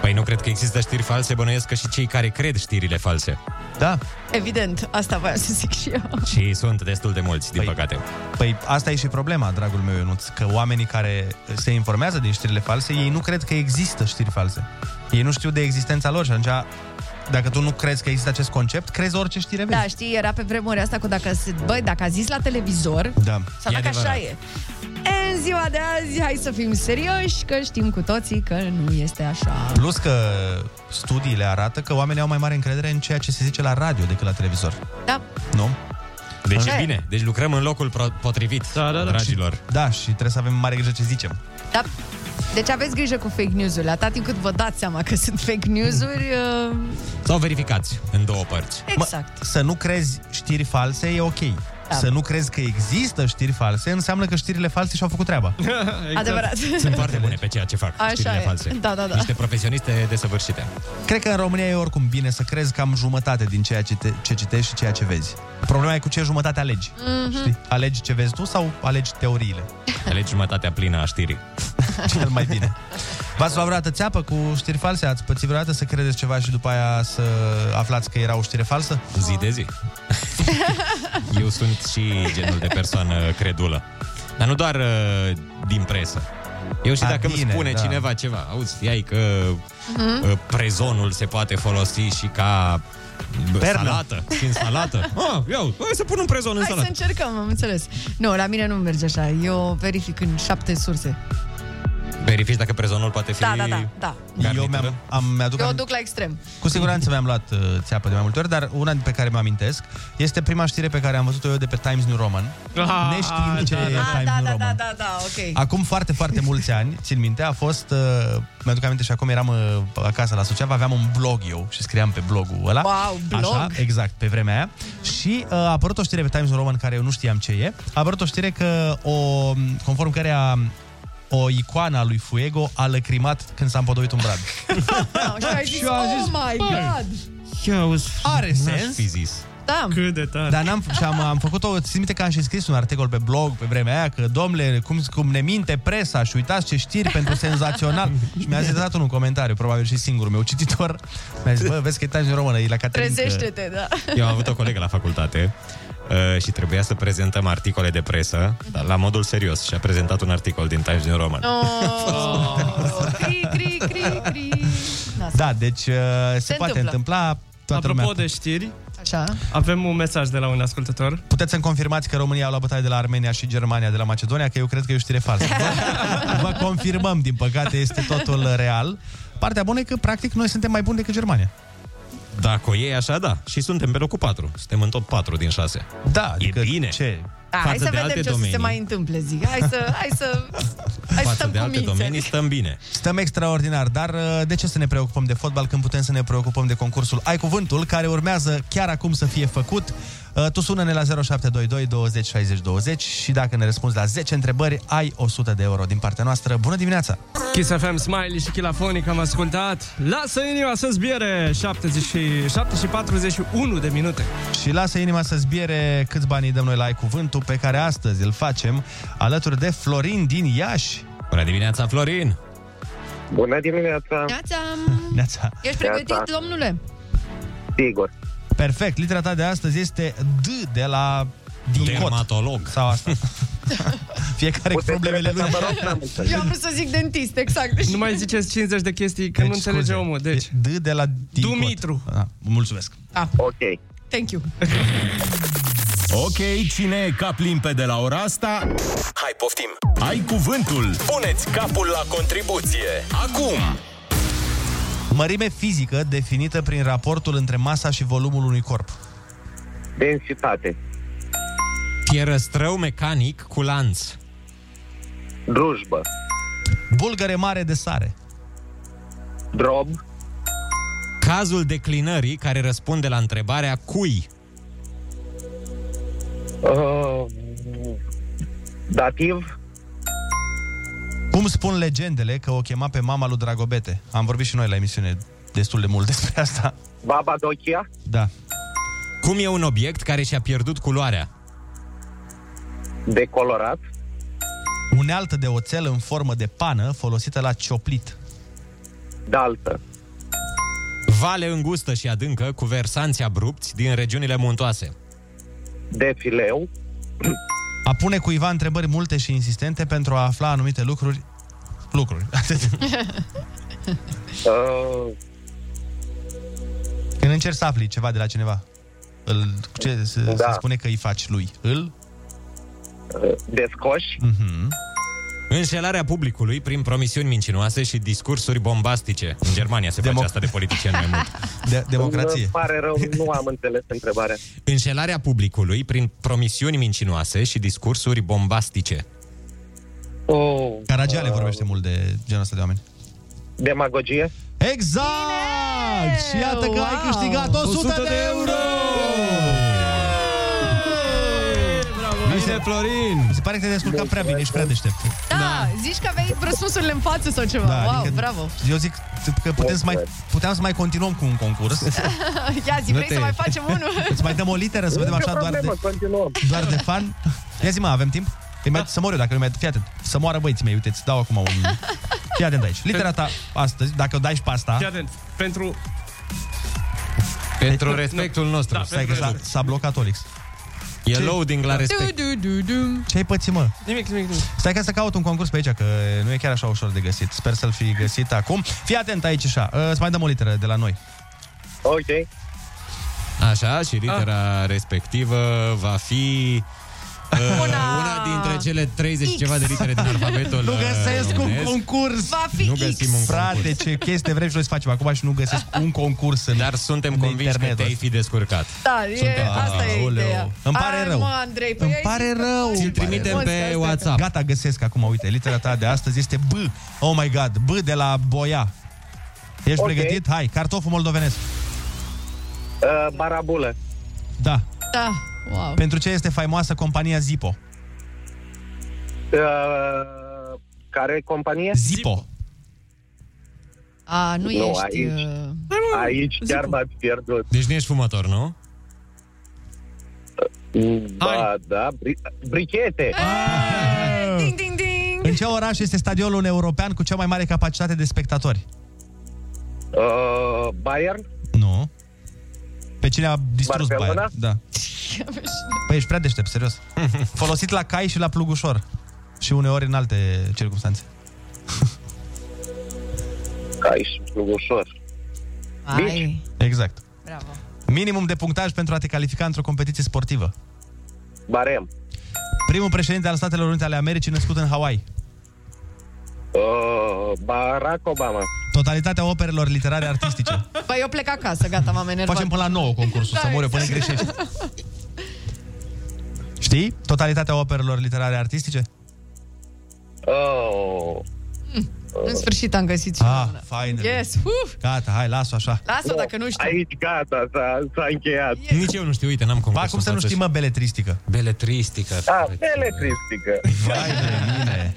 Păi nu cred că există știri false, bănuiesc că și cei care cred știrile false.
Da.
Evident, asta voiam să zic și eu.
Și sunt destul de mulți, din păi, păcate.
Păi asta e și problema, dragul meu Ionuț, că oamenii care se informează din știrile false, ei nu cred că există știri false. Ei nu știu de existența lor și atunci, dacă tu nu crezi că există acest concept, crezi orice știre vezi.
Da, știi, era pe vremuri asta cu dacă, se, băi, dacă a zis la televizor,
Da.
sau dacă așa e. E, În ziua de azi, hai să fim serioși, că știm cu toții că nu este așa.
Plus că studiile arată că oamenii au mai mare încredere în ceea ce se zice la radio decât la televizor.
Da,
Nu?
Deci
Așa
e
e.
bine, deci lucrăm în locul pro- potrivit, da, da, da. dragilor.
Da, și trebuie să avem mare grijă ce zicem.
da. Deci aveți grijă cu fake news-ul. Atâta timp cât vă dați seama că sunt fake news-uri, uh,
Sau verificați în două părți.
Exact.
Mă, să nu crezi știri false e ok. Da. Să nu crezi că există știri false înseamnă că știrile false și-au făcut treaba.
Exact. Adevărat.
Sunt foarte bune pe ceea ce fac,
Așa
știrile
e.
false.
Da, da, da.
Niște profesioniste desăvârșite.
Cred că în România e oricum bine să crezi cam jumătate din ceea ce, te, ce citești și ceea ce vezi. Problema e cu ce jumătate alegi.
Mhm.
Știi? Alegi ce vezi tu sau alegi teoriile?
Alegi jumătatea plină a știrii.
Cel mai bine. V-ați luat vreodată țeapă cu știri false? Ați pățit vreodată să credeți ceva și după aia să aflați că era o știre falsă?
Zi de zi. Eu sunt și genul de persoană credulă. Dar nu doar uh, din presă. Eu și
A,
dacă
bine,
îmi spune
da.
cineva ceva, auzi, iai că
Mhm.
uh, prezonul se poate folosi și ca bă,
Pernă.
salată, și în salată. Ah, iau, hai să pun un prezon în
Hai să
salată.
încercăm, am înțeles. Nu, la mine nu merge așa. Eu verific în șapte surse.
Verifici dacă prezonul poate fi...
Da, da, da, da.
Eu mi-am, am, mi-aduc
Eu o
aminte-
duc la extrem.
Cu siguranță mi-am luat uh, țeapă de mai multe ori, dar una pe care mă amintesc este prima știre pe care am văzut-o eu de pe Times New Roman,
Ah,
neștiind ce e
Ah,
Times
da,
New
da,
Roman.
da, da, da, ok.
Acum foarte, foarte mulți ani, țin minte, a fost, uh, mi-aduc aminte și acum eram uh, acasă la Suceava, aveam un blog eu și scriam pe blogul ăla.
Wow, blog?
Așa, exact, pe vremea aia. Și uh, a apărut o știre pe Times New Roman care eu nu știam ce e. A apărut o știre că o, conform cărea o icoană a lui Fuego a lăcrimat când s-a împodobit un brad.
Da, și ai zis,
Și eu am
oh
zis,
my
băi.
god!
Are
N-aș
sens.
fi zis.
Da.
Cât de tare. Dar n-am, și am, am făcut-o, țin minte că am și scris un articol pe blog pe vremea aia, că domnule, cum, cum ne minte presa și uitați ce știri pentru senzațional. și mi-a zis dat un comentariu, probabil și singurul meu cititor, mi-a zis, bă, vezi că e Times New Roman, e la Caterin.
Trezește-te, da.
Eu am avut o colegă la facultate uh, și trebuia să prezentăm articole de presă, dar la modul serios și a prezentat un articol din Times New Roman.
Oh, cri, cri, cri, cri.
Da, deci uh, se,
Se
poate
întâmplă.
întâmpla toată
Apropo
lumea.
de știri,
Așa.
avem un mesaj de la un ascultător.
Puteți să-mi confirmați că România a luat bătaie de la Armenia și Germania de la Macedonia, că eu cred că e o știre falsă. Vă, vă confirmăm, din păcate, este totul real. Partea bună e că, practic, noi suntem mai buni decât Germania.
Dacă o iei așa, da. Și suntem pe locul 4. Suntem în top 4 din 6.
Da, adică
e bine.
Ce?
Da, hai să vedem ce o să se mai întâmple, zic. Hai să, hai să, hai să
față
stăm
de
cu
alte
mințe.
domenii stăm bine.
Stăm extraordinar, dar uh, de ce să ne preocupăm de fotbal când putem să ne preocupăm de concursul Ai Cuvântul, care urmează chiar acum să fie făcut? Uh, Tu sună-ne la 0722 20 60 20 și dacă ne răspunzi la 10 întrebări, ai 100 de euro din partea noastră. Bună dimineața!
Kiss FM, Smiley și Chilafonic am ascultat. Lasă inima să zbiere! 77 și 41 de minute.
Și lasă inima să zbiere câți bani îi dăm noi la Ai Cuvântul, pe care astăzi îl facem alături de Florin din Iași.
Bună dimineața, Florin!
Bună dimineața!
Neața,
Neața!
ești pregătit,
Neața.
domnule?
Sigur.
Perfect, litera ta de astăzi este D de la din
Dermatolog.
Sau asta. Fiecare cu problemele lui.
Eu am vrut să zic dentist, exact.
Nu mai ziceți 50 de chestii, că nu înțelege
scuze,
omul. Deci,
D de la din
Dumitru.
Da, mulțumesc.
Da.
Ok.
Thank you.
Ok, cine e cap limpede la ora asta? Hai, poftim! Ai cuvântul!
Puneți capul la contribuție. Acum!
Mărime fizică definită prin raportul între masa și volumul unui corp.
Densitate.
Pierăstrău mecanic cu lanț.
Drujbă.
Bulgăre mare de sare.
Drob.
Cazul declinării care răspunde la întrebarea cui?
Oh.
Uh, dativ.
Cum spun legendele că o chema pe mama lui Dragobete? Am vorbit și noi la emisiune destul de mult despre asta.
Baba Dochia.
Da.
Cum e un obiect care și-a pierdut culoarea?
Decolorat.
Unealtă de oțel în formă de pană folosită la cioplit.
Daltă.
Vale îngustă și adâncă cu versanți abrupți din regiunile muntoase.
Defileu.
A pune cuiva întrebări multe și insistente pentru a afla anumite lucruri. Lucruri. Atât.
Uh,
Când încerci să afli ceva de la cineva, îl, ce, se, da. se spune că îi faci lui. Îl?
Descoș.
Mm-hmm. Înșelarea publicului prin promisiuni mincinoase și discursuri bombastice. În Germania se Democ- face asta de politicieni mai mult.
De-
Îmi pare rău, nu am înțeles întrebarea.
Înșelarea publicului prin promisiuni mincinoase și discursuri bombastice.
Oh,
Caragiale vorbește mult de genul ăsta de oameni.
Demagogie.
Exact! Și iată că ai câștigat 100, 100 de euro! Bine, Florin! Mi se pare că te-ai descurcat prea bine, ești prea deștept.
Da, da, zici că aveai răspunsurile în față sau ceva. Da, wow, adică... bravo!
Eu zic că putem să mai, puteam să mai continuăm cu un concurs.
Ia zi,
Nu
vrei
te-
să mai facem unul?
Îți mai dăm o literă să vedem așa doar de, doar de fan? Ia zi mă, avem timp? Îi
Da.
mai, să mor eu dacă nu mai... Fii atent. Să moară băieții mei, uite, îți dau acum un... Fii atent aici. Litera ta astăzi, dacă o dai și pe asta...
Fii atent. Pentru...
Pentru respectul nostru.
Da, Stai că
pentru
s-a, s-a blocat Olix.
E loading la respect.
Du, du, du, du.
Ce ai pățit, mă?
Nimic, nimic, nimic.
Stai ca să caut un concurs pe aici, că nu e chiar așa ușor de găsit. Sper să-l fi găsit acum. Fii atent aici așa. Uh, Îți mai dăm o literă de la noi.
Ok.
Așa, și litera ah. respectivă va fi... Uh, una... una dintre cele 30 X. ceva de litere din alfabetul
Nu găsesc un concurs!
Va fi
Nu găsim X. un
Frate,
concurs.
ce chestie vrem și noi să facem acum și nu găsesc un concurs în
Dar suntem convinși că
internet
te-ai fi descurcat.
Da, e,
Suntem-
asta e
Aoleu.
ideea.
Ah, Îmi pare
Hai,
rău.
Mă, Andrei, păi
Îmi
ai
pare
zis că
rău.
ai
Îl
răspuns astea.
Gata, găsesc acum, uite, litera ta de astăzi este B. Oh my God, B de la Boia. Ești
Ok.
pregătit? Hai, cartoful moldovenesc.
Uh, barabulă.
Da.
Da, wow.
Pentru ce este faimoasă compania Zippo?
Uh, care companie?
Zippo.
A, nu,
Nu,
ești...
aici.
uh,
Aici chiar m-ați pierdut.
Deci nu ești fumător, nu?
Da, da, bri- brichete.
Ding, ding, ding.
În ce oraș este stadionul european cu cea mai mare capacitate de spectatori?
Uh, Bayern.
Nu. Pe cine a distrus
Barcelona?
Bayern? Da. Păi ești prea deștept, serios. Folosit la cai și la plug ușor. Și uneori în alte circunstanțe.
Cai și plug ușor.
Ai,
Exact.
bravo.
Minimum de punctaj pentru a te califica într-o competiție sportivă.
Barem.
Primul președinte al Statelor Unite ale Americii născut în Hawaii.
Uh, Barack Obama.
Totalitatea operelor literare artistice.
Păi eu plec acasă, gata, m-am enervat.
Facem până la 9 concursul,
Da,
să mor eu până
exact.
greșești. Știi? Totalitatea operelor literare artistice?
Oh.
În sfârșit am găsit și
Ah,
una.
fain.
Yes, uf,
Gata, hai, las-o așa.
lasă-o dacă nu știu.
Aici gata, s-a, s-a încheiat.
Nici eu nu știu, uite, n-am concurs.
Ba, cum să
în
nu
față
știi, mă, beletristică?
Beletristică.
Da, beletristică.
Vai de mine.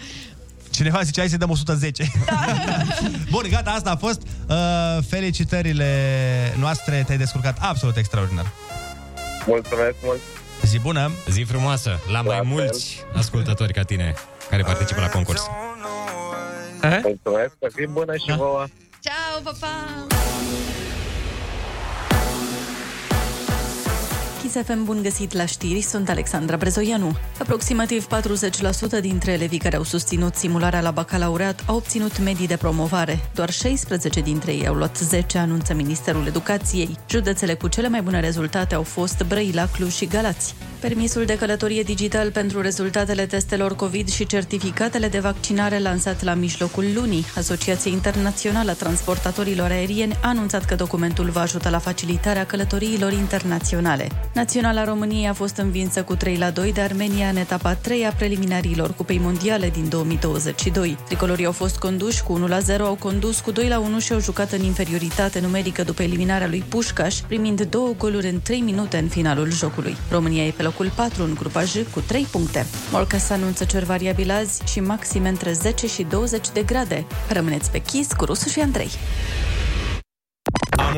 Cineva zicea, hai să dăm 110.
Da.
Bun, gata, asta a fost. Uh, felicitările noastre, te-ai descurcat absolut extraordinar.
Mulțumesc mult.
Zi bună!
Zi frumoasă, la mai mulți ascultători ca tine care participă la concurs. Da.
Mulțumesc, să fii bună și vouă.
Ciao, pa, pa.
Chisefem bun găsit la știri, sunt Alexandra Brezoianu. Aproximativ 40% dintre elevii care au susținut simularea la bacalaureat au obținut medii de promovare. Doar 16 dintre ei au luat 10, anunță Ministerul Educației. Județele cu cele mai bune rezultate au fost Brăila, Cluj și Galați. Permisul de călătorie digital pentru rezultatele testelor COVID și certificatele de vaccinare lansat la mijlocul lunii. Asociația Internațională a Transportatorilor Aerieni a anunțat că documentul va ajuta la facilitarea călătoriilor internaționale. Naționala României a fost învinsă cu 3 la 2 de Armenia în etapa 3 a preliminarilor Cupei Mondiale din 2022. Tricolorii au fost conduși cu 1 la 0, au condus cu 2 la 1 și au jucat în inferioritate numerică după eliminarea lui Pușcaș, primind două goluri în 3 minute în finalul jocului. România e pe locul 4 în grupa J cu 3 puncte. Morcas anunță cer variabil azi și maxime între 10 și 20 de grade. Rămâneți pe chis cu Rusu și Andrei.
Am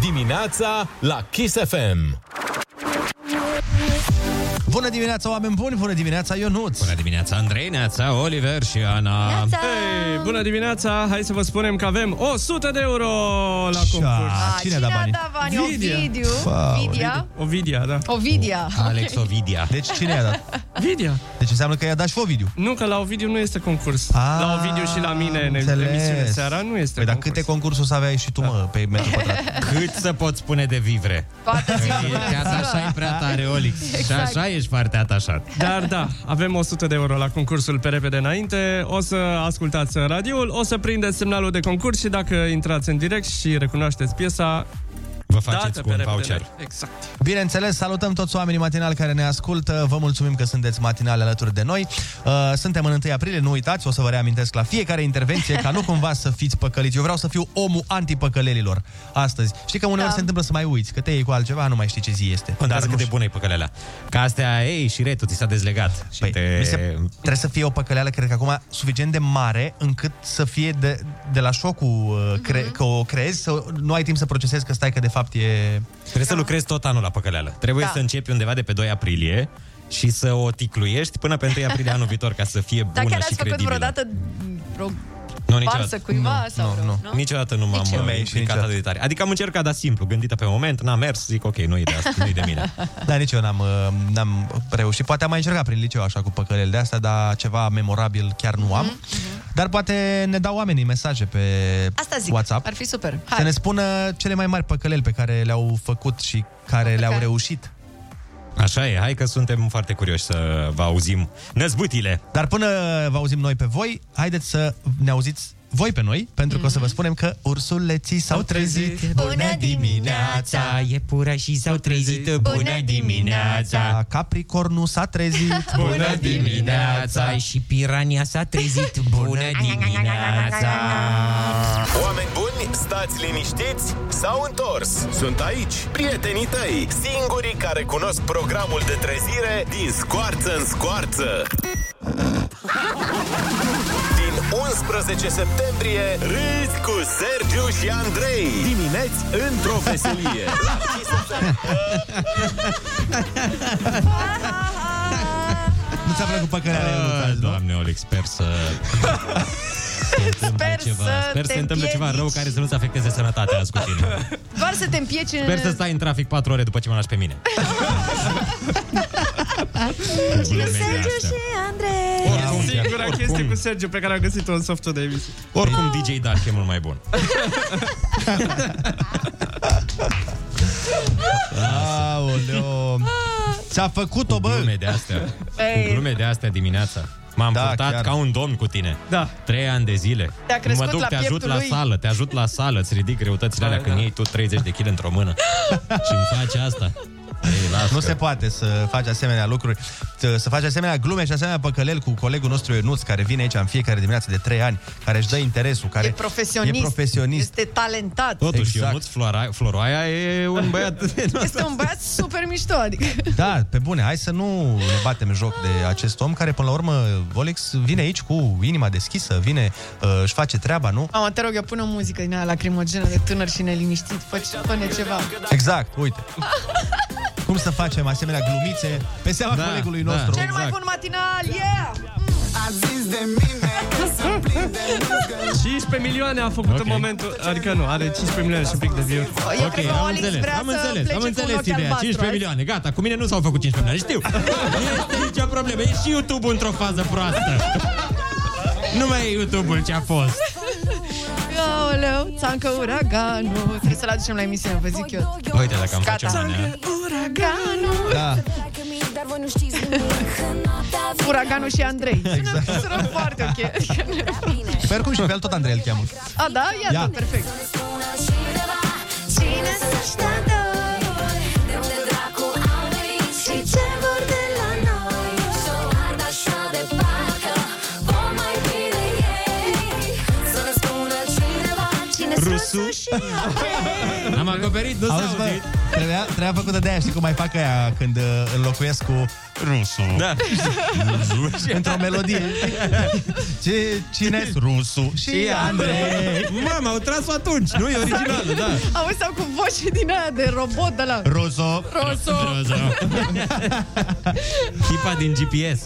Dimineața la Kiss FM.
Bună dimineața, oameni buni! Bună dimineața, Ionuț! Bună
dimineața, Andrei, Neața, Oliver și Ana.
Hei, bună dimineața! Hai să vă spunem că avem 100 de euro la concurs.
A, cine a dat banii?
Da, Vani,
Vidia.
Ovidiu. Vidia.
Ovidia, da.
Ovidia.
Alex
Ok.
Ovidia.
Deci cine i-a dat?
Vidia.
Deci înseamnă că i-a dat și Ovidiu.
Nu, că la Ovidiu nu este concurs. la Ovidiu și la mine în
înțeles.
emisiune seara nu este
Păi dar câte concursuri să aveai și tu, mă, pe metru pătrat?
Cât să poți spune de vivre?
Toată
ziua, Te atașai prea tare, Olix. Exact. Și
Exact.
așa ești foarte atașat.
Dar da, avem 100 de euro la concursul pe repede înainte. O să ascultați radioul, o să prindeți semnalul de concurs și dacă intrați în direct și recunoașteți piesa,
vă
faceți cu un voucher.
Exact.
Bineînțeles, salutăm toți oamenii matinali care ne ascultă. Vă mulțumim că sunteți matinale alături de noi. Uh, Suntem în 1 aprilie, nu uitați, o să vă reamintesc la fiecare intervenție ca nu cumva să fiți păcăliți. Eu vreau să fiu omul antipăcălelilor astăzi. Știi că uneori
Da.
se întâmplă să mai uiți, că te iei cu altceva, nu mai știi ce zi este.
Contează cât de bună e păcăleala. Ca astea, ei, și retu, ți s-a dezlegat. Și păi, te...
Mi se, trebuie să fie o păcăleală, cred că acum, suficient de mare încât să fie de, de la șocul uh, cre- că o creezi, să nu ai timp să procesezi că stai că de fapt e...
Trebuie să lucrezi tot anul la păcăleală. Trebuie
Da.
da. să începi undeva de pe 2 aprilie și să o ticluiești până pe 1 aprilie anul viitor ca să fie bună
Dar chiar
și
ați făcut
credibilă.
vreodată vreo
Nu,
farsă
niciodată.
cuiva sau vreo...
nu. Niciodată nu m-am
Nici eu.
uh,
Nu mi-ai
implicat atât de tare. Adică am încercat, dar simplu, gândită pe moment, n-a mers, zic, ok, nu e de, asta, nu e de mine.
Da, nici eu n-am, uh, n-am reușit. Poate am mai încercat prin liceu așa cu păcălele de astea, dar ceva memorabil chiar nu am. Dar poate ne dau oamenii mesaje pe
Asta zic,
WhatsApp.
ar fi super.
Să
Hai.
ne spună cele mai mari păcăleli pe care le-au făcut și care le-au reușit.
Așa e, hai că suntem foarte curioși să vă auzim năzbâtile.
Dar până vă auzim noi pe voi, haideți să ne auziți voi pe noi, pentru că o să vă spunem că ursuleții s-au trezit.
Bună dimineața, iepurașii s-au trezit. Bună dimineața,
Capricornul s-a trezit.
Bună dimineața și pirania s-a trezit. Bună dimineața.
Oameni buni, stați liniștiți, s-au întors. Sunt aici, prietenii tăi, singurii care cunosc programul de trezire din scoarță în scoarță. Din 11 septembrie, râzi cu Sergiu și Andrei. Dimineți într-o veselie. La Kiss
Nu ți-a plăcut păcălele,
Doamne, Olic, sper să... Sper ceva.
să
Sper să
te
se întâmple ceva rău care să nu-ți afecteze sănătatea, azi cu tine.
Doar să te împieci în...
Sper să stai în trafic 4 ore după ce mă lași pe mine.
Păi,
Cine
Glumele
Sergiu
astea.
și Andrei.
Oricum, singura
oricum.
chestie cu Sergiu pe care am găsit-o în softul de emisie.
Oricum, DJ Dark e mult mai bun.
Aoleo. Ți-a făcut-o, bă!
Glume de astea.
Ei.
Cu glume de astea dimineața. M-am da, purtat
chiar.
ca un domn cu tine.
Da.
Trei ani de zile.
Te-a crescut
mă duc,
la
te
pieptul
ajut la
lui. Da,
sală, te ajut la sală, îți ridic greutățile alea când iei tu 30 de kg într-o mână. și îmi faci asta.
Nu se poate să faci asemenea lucruri, să să faci asemenea glume și asemenea păcălel cu colegul nostru Ionuț, care vine aici în fiecare dimineață de 3 ani, care își dă interesul, care
E profesionist.
E profesionist.
Este talentat.
Totuși, exact. Ionuț Flora, Floroaia e un băiat
Este un băiat super mișto, adică...
Da, pe bune, hai să nu ne batem joc de acest om care, până la urmă, Volex vine aici cu inima deschisă, vine, uh, își face treaba, nu?
Mama, te rog, eu pun o muzică din aia lacrimogenă de tânăr și neliniștit. Fă, pune ceva.
Exact, uite. Cum să facem asemenea glumițe pe seama
Da,
colegului
da.
nostru?
Cel mai bun matinal, yeah! A zis de mine că să prinde
15 milioane a făcut okay. în momentul... Adică nu, are 15 milioane și un pic de view.
Eu cred că
am
Olix
înțeles,
vrea
am
să
înțeles,
plece
am
cu un
înțeles
ochi
ideea.
albastru,
15
azi.
milioane, gata, cu mine nu s-au făcut 15 milioane, știu. Nu este nicio problemă, e și YouTube într-o fază proastă. Nu mai e YouTube-ul ce a fost.
Aoleu! țancă uraganul. Trebuie să-l aducem la emisiune, vă zic eu.
Uite, dacă am face
Gata.
mâine.
da.
Uraganul.
Da.
Uraganul și Andrei. Sună, sună foarte ok.
Sper cum și pe el tot Andrei îl cheamă.
A, da? Iată,
Ia.
perfect.
Cine să așteaptă De unde dracu au venit Și ce vor de la noi Și-o ard așa de parcă O mai bine ei Să ne spună cineva Cine să
Rusu. Da. Am acoperit, nu s-a
Auzi, bă,
auzit.
trebuia, trebuia făcută de aia, știi cum mai fac aia când uh, înlocuiesc cu rusu.
Da.
Într-o melodie. Ce, cine rusu?
Și Andrei.
Mamă, au tras atunci, nu? E originalul, da.
Auzi, sau cu voce din aia de robot de la...
Rozo.
Roso.
Hipa din GPS.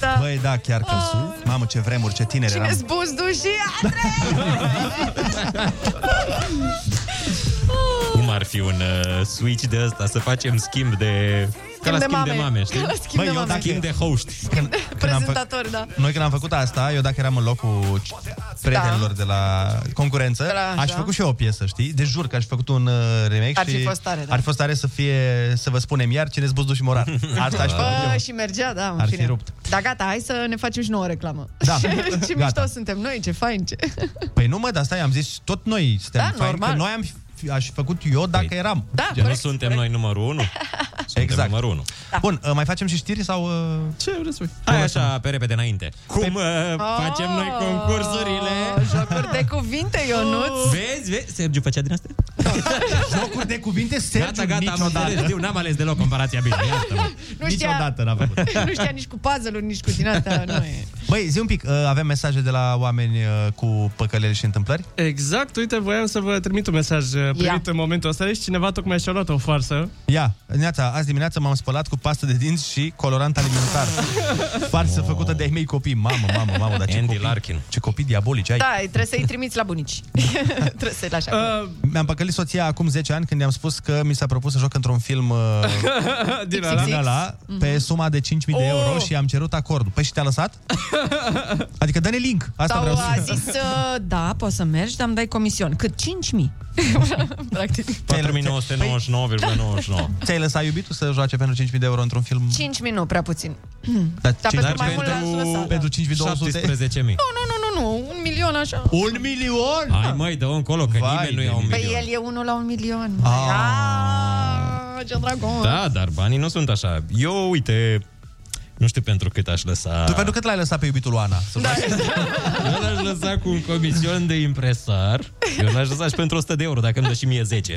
Da.
Băi, da, chiar că sunt. Mamă, ce vremuri, ce tineri
Cine
eram.
zbuzdu și Andrei?
Cum ar fi un uh, switch de ăsta să facem schimb de... Ca la
de
schimb de
mame.
mame, știi?
Ca la schimb Băi, de eu mame. dacă-
Schimb de host.
Când, când am fă...
Prezentator, da.
Noi când am făcut asta, eu dacă eram în locul c- prietenilor de la concurență,
De la-
aș
da.
fi făcut și eu o piesă, știi? De jur că aș fi făcut un uh, remake
Ar fi
și
fost tare, da.
ar fi fost tare să fie să vă spunem iar cine zbuzdu și morar. Asta aș fi făcut
Bă,
eu.
și mergea, da, în
Ar fi
fine.
rupt.
Da, gata, hai să ne facem și nouă reclamă.
Da.
ce ce mișto
Gata.
suntem noi, ce fain, ce...
Păi nu, mă, dar stai, am zis, tot noi suntem
Da,
faini,
normal.
că noi am fi- aș fi făcut eu dacă eram.
Da,
Păi, nu suntem noi numărul 1. Suntem exact. numărul Păi, 1.
Bun, uh, mai facem și știri sau... uh,
Ce vreți să
Hai așa, pe repede înainte. Cum
Ah.
uh, facem noi concursurile?
Jocuri de cuvinte, Ionuț.
Vezi, vezi, Sergiu făcea din astea?
Jocuri de cuvinte, Sergiu,
Gata, gata, am
niciodată.
înțeles, știu, n-am ales deloc comparația bine, iartă
Nu știa,
n-am făcut.
nu știa nici cu puzzle-uri, nici cu din astea, nu e.
Băi, zi un pic, uh, avem mesaje de la oameni uh, cu păcălele și întâmplări?
Exact, uite, voiam să vă trimit un mesaj uh, primit în momentul ăsta și cineva tocmai și-a luat o farsă.
Ia, Neața, azi dimineața m-am spălat cu pastă de dinți și colorant alimentar. Farsă făcută de ai mei copii. Mamă, mamă, mamă, dar ce Andy copii, Larkin. ce copii diabolici ai.
Da, trebuie să-i trimiți la bunici. trebuie să-i lași acolo.
Mi-am păcălit soția acum 10 ani când i-am spus că mi s-a propus să joc într-un film uh,
Din
ala.
din ala,
Mhm.
pe suma de 5.000
Oh!
de euro și am cerut acordul. Păi și te-a lăsat? Adică dă-ne link. Asta
Sau
vreau
a
să...
zis, uh, da, poți să mergi, dar îmi dai comision. Cât? 5.000. Practic.
4999,99.
Ți-ai lăsat iubitul să joace pentru 5.000 de euro într-un film?
5.000, nu, prea puțin.
Dar,
Dar pentru mai mult l-aș lăsa, da.
pentru 5.200?
17.000.
Nu, nu, nu, nu, nu, un milion așa.
Un milion?
Hai măi, dă-o încolo, că
Vai
nimeni nu ia
de
un
Păi
milion.
el e unul la un milion. Ah, ce dragon.
Da, dar banii nu sunt așa. Eu, uite, nu știu pentru cât aș lăsa... Da.
Tu pentru cât l-ai lăsat pe iubitul lui Ana? Să faci-
Eu l-aș lăsa cu un comision de impresar. Eu l-aș lăsa și pentru 100 de euro, dacă îmi dă și mie 10.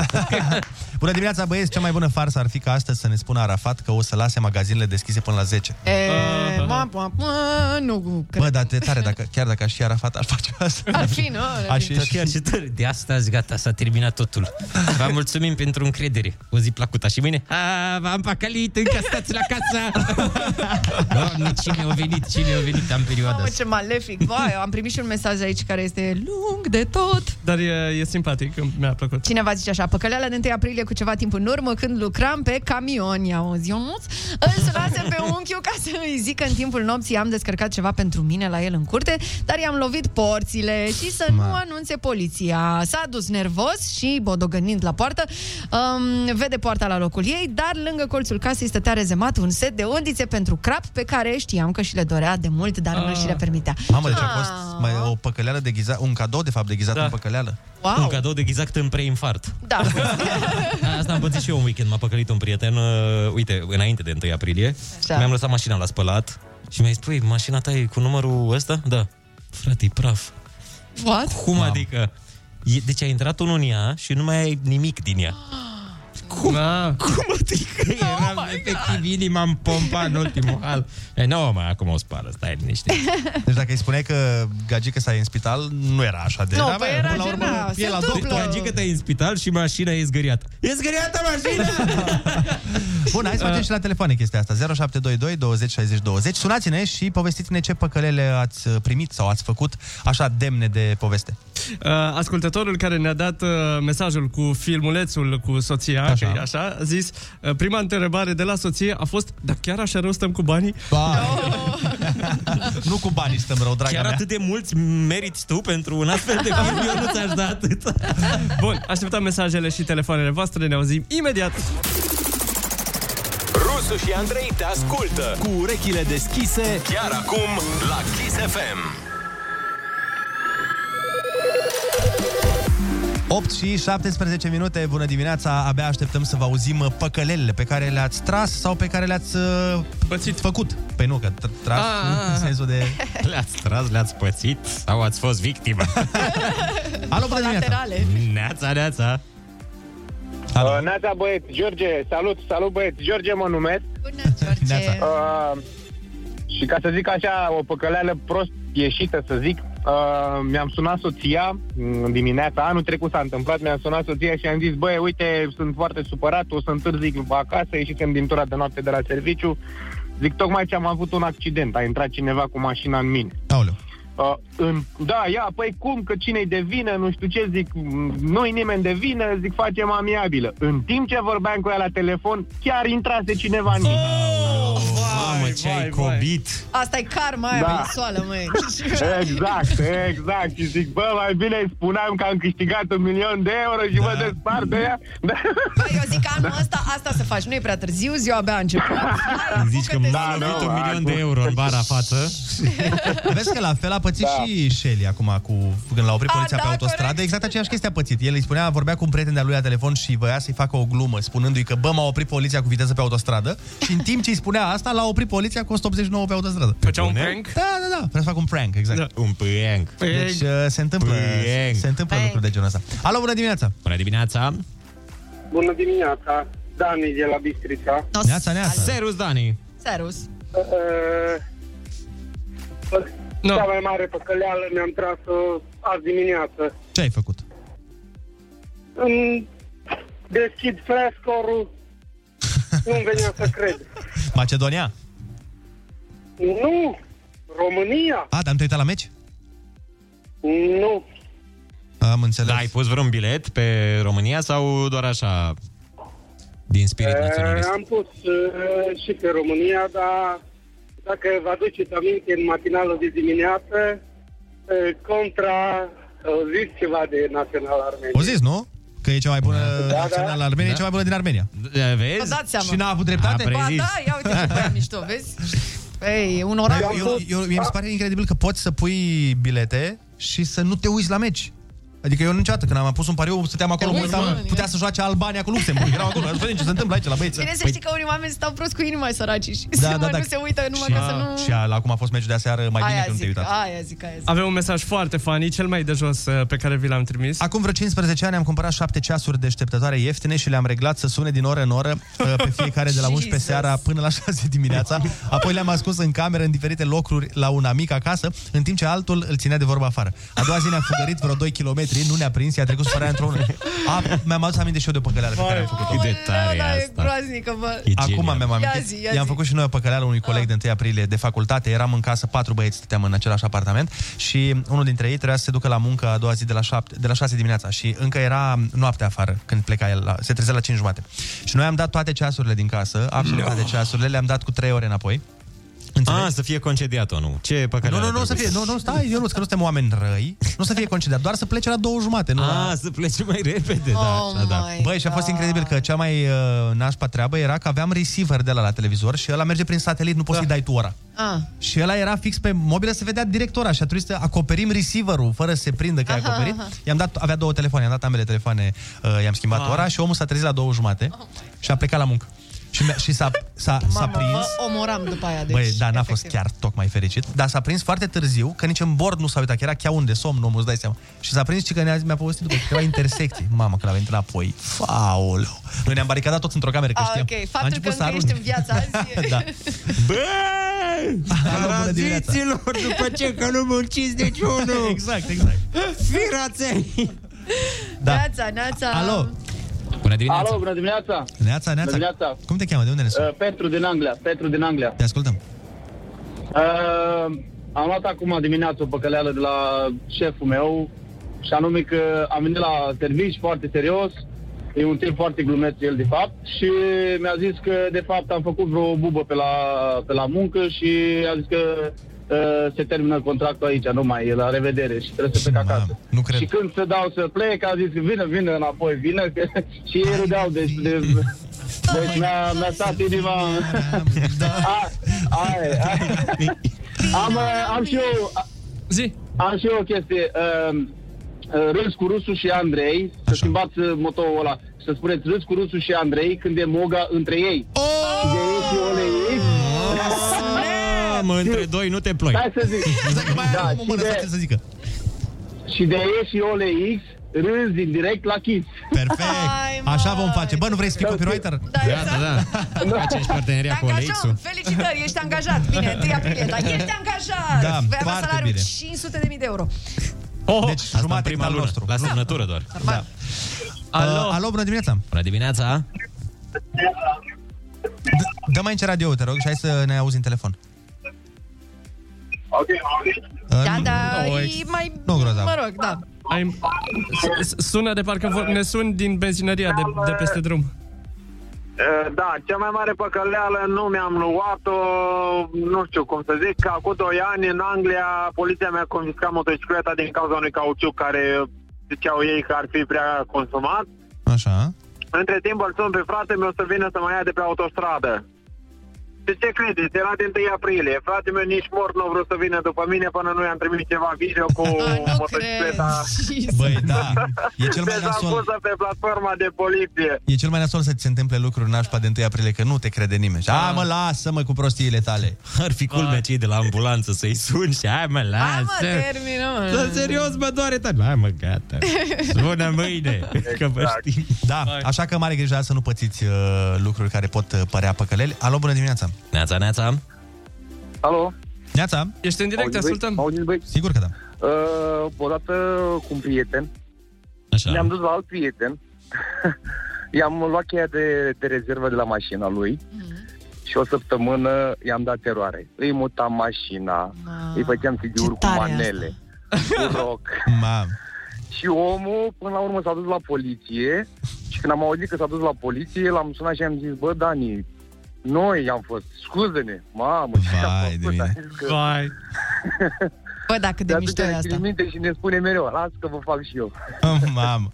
Bună dimineața, băieți! Cea mai bună farsă ar fi ca astăzi să ne spună Arafat că o să lase magazinele deschise până la 10.
E,
Ah.
Ah.
ma, ma, ma, nu cred.
Bă, dar de tare, dacă, chiar dacă aș fi Arafat, ar face asta.
Ar fi, nu? Ar fi.
Dar chiar ce tare. De astăzi, gata, s-a terminat totul. Vă mulțumim pentru încredere. O zi plăcută și mâine. "A, V-am păcălit, încă stați la casă. Doamne, cine a venit, cine a venit în perioada
Mamă,
asta?
ce malefic. Vai, am primit și un mesaj aici care este lung de tot.
Dar e, e simpatic, îmi- mi-a plăcut.
Cineva zice așa, păcăleala de 1 aprilie cu ceva timp în urmă, când lucram pe camion, ia o Ionuț, îl sunase pe unchiul ca să îi zic că în timpul nopții am descărcat ceva pentru mine la el în curte, dar i-am lovit porțile și să nu anunțe poliția. S-a dus nervos și, bodogănind la poartă, um, vede poarta la locul ei, dar lângă colțul casei stătea rezemat un set de undițe pentru crap pe care știam că și le dorea de mult, dar nu
Ah.
și le permitea.
Mamă,
Da.
deci a
Ah.
fost mai, o păcăleală deghizată, un cadou, de fapt, deghizat da. în păcăleală.
Wow. Un
cadou deghizat în preinfart.
Da.
Asta am pățit și eu un weekend. M-a păcălit un prieten, uh, uite, înainte de 1 aprilie.
Așa.
Mi-am lăsat mașina la spălat și mi-a zis, păi, mașina ta e cu numărul ăsta? Da. Frate, e praf.
What?
Cum Mam. adică? E- Deci a intrat unul în ea și nu mai ai nimic din ea. Cum?
Ah.
Cum adică? Eram oh efectiv inima în pompa în ultimul hal. E, nu, mă, acum o spală, stai liniște.
Deci dacă îi spuneai că gagica sa e în spital, nu era așa de...
Nu,
Da,
păi
bă,
era
până la urmă,
gena, se
e la
întâmplă.
doctor.
Gagică te-ai în spital și mașina e zgâriată. E zgâriată mașina!
Bun, hai să facem și la telefoane chestia asta. 0722 20 60 20. Sunați-ne și povestiți-ne ce păcălele ați uh, primit sau ați făcut așa demne de poveste.
Uh, Ascultătorul care ne-a dat uh, mesajul cu filmulețul cu soția,
Așa.
că da. așa, zis, uh, prima întrebare de la soție a fost, dar chiar așa rău stăm cu banii?
Ba. nu cu banii stăm rău, draga
Chiar
mea.
atât de mulți meriți tu pentru un astfel de film, eu nu ți-aș da atât.
Bun, așteptăm mesajele și telefoanele voastre, ne auzim imediat.
Rusu și Andrei te ascultă cu urechile deschise chiar acum la Kiss FM.
8 și 17 minute, bună dimineața, abia așteptăm să vă auzim uh, păcălelele pe care le-ați tras sau pe care le-ați uh,
Pățit.
făcut. Păi nu, că tr- tras
Ah,
în
ah.
sensul de...
Le-ați tras, le-ați pățit sau ați fost victimă?
Alo, bună dimineața!
Neața, neața!
Uh, Neața băieți, George, salut, salut băieți, George mă numesc. Bună, George. Uh, și ca să zic așa, o păcăleală prost ieșită, să zic, uh, mi-am sunat soția în dimineața, anul trecut s-a întâmplat, mi-am sunat soția și am zis, băi, uite, sunt foarte supărat, o să întârzi acasă, ieșisem din tura de noapte de la serviciu, zic, tocmai ce am avut un accident, a intrat cineva cu mașina în mine. Uh, în, da, ia, păi cum, că cine-i de vină, nu știu ce, zic, m, nu-i nimeni de vină, zic, facem amiabilă. În timp ce vorbeam cu ea la telefon, chiar intrase cineva în mine.
Mamă, ce ai cobit!
Asta e karma aia
Da.
da. soală, măi.
Exact, exact. Și zic, bă, mai bine îi spuneam că am câștigat un milion de euro și da. mă despart de ea. Da.
Băi, eu zic că
Da.
anul ăsta asta să faci. Nu e prea târziu, ziua abia a început. Hai,
Zici că mi-a
apucă-te.
lovit un milion de euro în bara față.
Da, Vezi că la fel a pățit da. și Shelly acum cu, când l-a oprit
A,
poliția
da,
pe autostradă.
corect.
Exact aceeași chestie a pățit. El îi spunea, vorbea cu un prieten de-a lui la telefon și voia să-i facă o glumă, spunându-i că bă, m-a oprit poliția cu viteză pe autostradă și în timp ce îi spunea asta, l-a oprit poliția cu 189 pe autostradă.
Făcea un prank?
Da, da, da. Vreau să fac un prank, exact. Da.
Un prank.
Deci uh, se întâmplă,
Prank.
se întâmplă lucruri de genul ăsta. Alo, bună dimineața!
Bună dimineața!
Bună dimineața, Dani de la Bistrița.
Neața, neața!
Serus, Dani!
Serus.
No. Uh, Cea mai mare păcăleală mi-am tras azi dimineață.
Ce ai făcut?
Îmi deschid flascorul, nu-mi venea să cred.
Macedonia?
Nu! România?
A, dar am te uitat la meci?
Nu.
Am înțeles.
Da, ai pus vreun bilet pe România sau doar așa? Din
Eh,
spirit naționalist.
Am pus uh, și pe România, dar dacă vă aduceți aminte în matinalul de dimineață, uh, contra au zis ceva de național armen.
O zis, nu? Că e cea mai bună
Da, da.
națională da. Armenia, da. e cea mai bună din Armenia.
Da, vezi?
Vă dați seama.
Și n-a avut dreptate?
Ba da, ia uite ce băiat mișto, vezi? Ei, e un oraș.
Eu, eu, eu, mie mi se pare incredibil că poți să pui bilete și să nu te uiți la meci. Adică eu niciodată, când am pus un pariu, stăteam acolo, mă
uiți, mă,
uitam, putea să joace Albania cu Luxemburg. Erau acolo, să ce se întâmplă aici la băieți.
Bine să știi că unii oameni stau prost cu inima săraci și
Păi- Da,
da,
da, da.
nu se uită numai
și,
ca să nu...
și ala, acum a fost meciul de aseară, mai bine
aia
că nu te-ai
zic,
uitat.
aia zic, aia zic.
Avem un mesaj foarte funny, cel mai de jos uh, pe care vi l-am trimis.
Acum vreo 15 ani am cumpărat 7 ceasuri deșteptătoare ieftine și le-am reglat să sune din oră în oră uh, pe fiecare de la 11
Jesus.
seara până la 6 dimineața. Apoi le-am ascuns în cameră în diferite locuri la un amic acasă, în timp ce altul îl ținea de vorbă afară. A doua zi ne-a fugărit vreo 2 km, nu ne-a prins, i-a trecut spărarea într-o lună. A, mi-am adus aminte și eu de o păcăleală pe care am făcut-o.
Cât de tare
Da,
e
e
asta.
groaznică, bă.
Acum mi-am
Ia
amintit.
zi, ia
I-am
zi. Ah.
făcut și noi o păcăleală unui coleg de 1 aprilie de facultate. Eram în casă, patru băieți stăteam în același apartament și unul dintre ei trebuia să se ducă la muncă a doua zi de la, șapte, de la 6 dimineața și încă era noaptea afară când pleca el, la, se trezea la 5 jumate. Și noi am dat toate ceasurile din casă, absolut toate ceasurile, le-am dat cu 3 ore înapoi.
A, Ah, să fie concediat-o, nu? Ce păcăleală
Nu, nu, nu,
trebuie
o să fie, nu, nu, stai, eu nu, că nu suntem oameni răi, nu o să fie concediat, doar să plece la două jumate, nu la-
A, să plece mai repede, da,
Oh
așa, da.
my
Băi, și a fost incredibil că cea mai uh, nașpa treabă era că aveam receiver de la la televizor și ăla merge prin satelit, nu poți să-i dai tu ora.
Ah.
Și ăla era fix pe mobilă, se vedea direct ora și a trebuit să acoperim receiverul fără să se prindă că ai
Aha,
acoperit.
aha.
I-am dat, avea două telefoane, i-am dat ambele telefoane, uh, i-am schimbat
Ah.
ora și omul s-a trezit la două jumate și a plecat la muncă. Și, mi-a- și s-a, s-a, s-a
Oh. Mamă,
prins.
mă omoram după aia, deci.
Băi, da, n-a fost chiar tocmai fericit, dar s-a prins foarte târziu, că nici în bord nu s-a uitat, că era chiar unde somn, omul, îți dai seama. Și s-a prins și că ne-a, mi-a povestit după câteva intersecții. Mamă, că l-a venit înapoi. Faul. Noi ne-am baricadat toți într-o cameră, că
Ah,
știam.
ok,
Am
faptul
început
că
să
încă
arunc.
ești în viață azi e...
Da.
Bă!
Alo, bună dimineața.
Paraziților, după ce că nu deci, munciți niciunul!
Exact, exact.
Firaței!
Da.
Neața, neața.
Alo,
Bună
dimineața.
Alo, bună dimineața!
Neața, Neața.
Bună dimineața!
Cum te cheamă? De unde ne suni?
Uh, Petru din Anglia, Petru din Anglia.
Te ascultăm.
Uh, am luat acum dimineață o păcăleală de la șeful meu și anume că am venit la servici foarte serios E un tip foarte glumeț el, de fapt, și mi-a zis că, de fapt, am făcut vreo bubă pe la, pe la muncă și a zis că uh, se termină contractul aici, nu mai e, la revedere și trebuie să plec acasă.
Nu cred.
Și când se dau să plec, a zis, vină, vină înapoi, vină, că... și ei râdeau, deci, de... deci mi-a, mi-a stat inima...
Da.
A, ai, ai. Am, uh, am și eu...
Zi.
Am și eu o chestie. Uh, uh, Râs cu Rusu și Andrei. Să schimbați uh, motoul ăla. Să spuneți râs cu Rusu și Andrei când e moga între ei. Oh! De ei și ole ei.
Mamă, Ah, între doi nu te ploi.
Hai să zic.
Exact,
da, și de, să zică. Și de ei și ole X râzi din direct la Kiss.
Perfect. Așa vom face. Bă, nu vrei să fii copywriter?
Da,
Da, da, da. Faceți parteneria cu Oleixu.
Felicitări, ești angajat. Bine, 1 aprilie, dar ești angajat.
Da,
Vei avea
foarte
salariul
bine.
500.000 de euro.
Oh, deci asta în prima lună, nostru. la semnătură doar. Da.
Alo. Uh, Alo, bună dimineața.
Bună dimineața.
Dă mai încerc radio te rog, și hai să ne auzi în telefon.
Ok,
Da, da,
Nu,
e mai...
nu grozav.
Mă rog, da.
Oh, Ai, s- s- sună de parcă vor, ne sun din benzinăria de, de peste drum.
Uh, Da, cea mai mare păcăleală nu mi-am luat-o, nu știu cum să zic, că acum 2 ani în Anglia poliția mi-a confiscat motocicleta din cauza unui cauciuc care ziceau ei că ar fi prea consumat.
Așa.
Între timp îl sun pe frate meu să vină să mă ia de pe autostradă. De ce credeți? Era de 1 aprilie. Frate meu nici mort nu a vrut să vină după mine până nu i-am trimis ceva video cu motocicleta.
Băi, da. E cel mai
Deci am
nasol.
pusă pe platforma de poliție.
E cel mai nasol să ți se întâmple lucruri nașpa de 1 aprilie, că nu te crede nimeni. Și, A, mă, lasă-mă cu prostiile tale.
Ah. Ar fi culmea cei de la ambulanță să-i suni și hai mă, lasă.
Hai, mă, termină, mă.
Să serios, mă doare tare. Hai mă, gata. Sună mâine.
Exact.
Că vă știm.
Da, așa că mare grijă să nu pățiți uh, lucruri care pot uh, părea păcăleli. Alo, bună dimineața.
Neața, neața.
Alo. Neața.
Ești în direct, te
Auziți,
ascultăm.
Sigur că da.
Uh, odată cu un prieten,
Așa.
ne-am dus la alt prieten, i-am luat cheia de, de rezervă de la mașina lui
Mm.
și o săptămână i-am dat eroare. Îi mutam mașina, îi făceam CD-uri cu manele, cu rock.
Mam.
Și omul, până la urmă, s-a dus la poliție și când am auzit că s-a dus la poliție, l-am sunat și am zis, bă, Dani, noi am fost, scuze-ne, mamă, ce am făcut? A zis că-
Vai.
Bă, da, cât de mișto e asta.
minte și ne spune mereu, las că vă fac și eu.
Mam.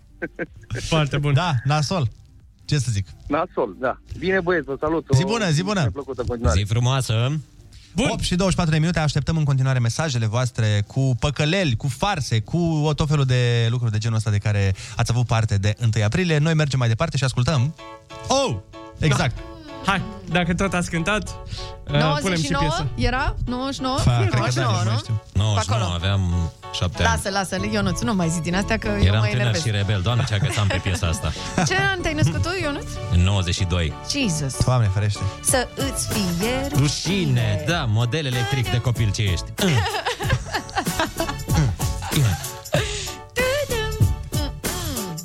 Foarte bun.
Da, nasol. Ce să zic?
Nasol, da. Bine băieți, vă salut.
Zi bună, zi bună.
Mi-a plăcut în continuare.
Zi frumoasă.
Bun. 8 și 24 de minute, așteptăm în continuare mesajele voastre cu păcăleli, cu farse, cu tot felul de lucruri de genul ăsta de care ați avut parte de 1 aprilie. Noi mergem mai departe și ascultăm. Oh! Exact.
Da. Hai, dacă tot ați cântat, uh, punem și
99
piesă.
era? 99?
Fa, cred că da,
99,
nu mai
nu?
știu.
99, aveam 7 ani.
Lasă, lasă, Ionuț, nu mai zi din astea că eu
Eram
mă
tânăr
enervez.
și rebel. Doamne, ce agățam pe piesa asta.
Ce an te-ai născut tu, Ionuț?
În 92.
Jesus.
Doamne, ferește.
Să îți fie
Rușine, da, model electric de copil ce ești.
Mm. Mm.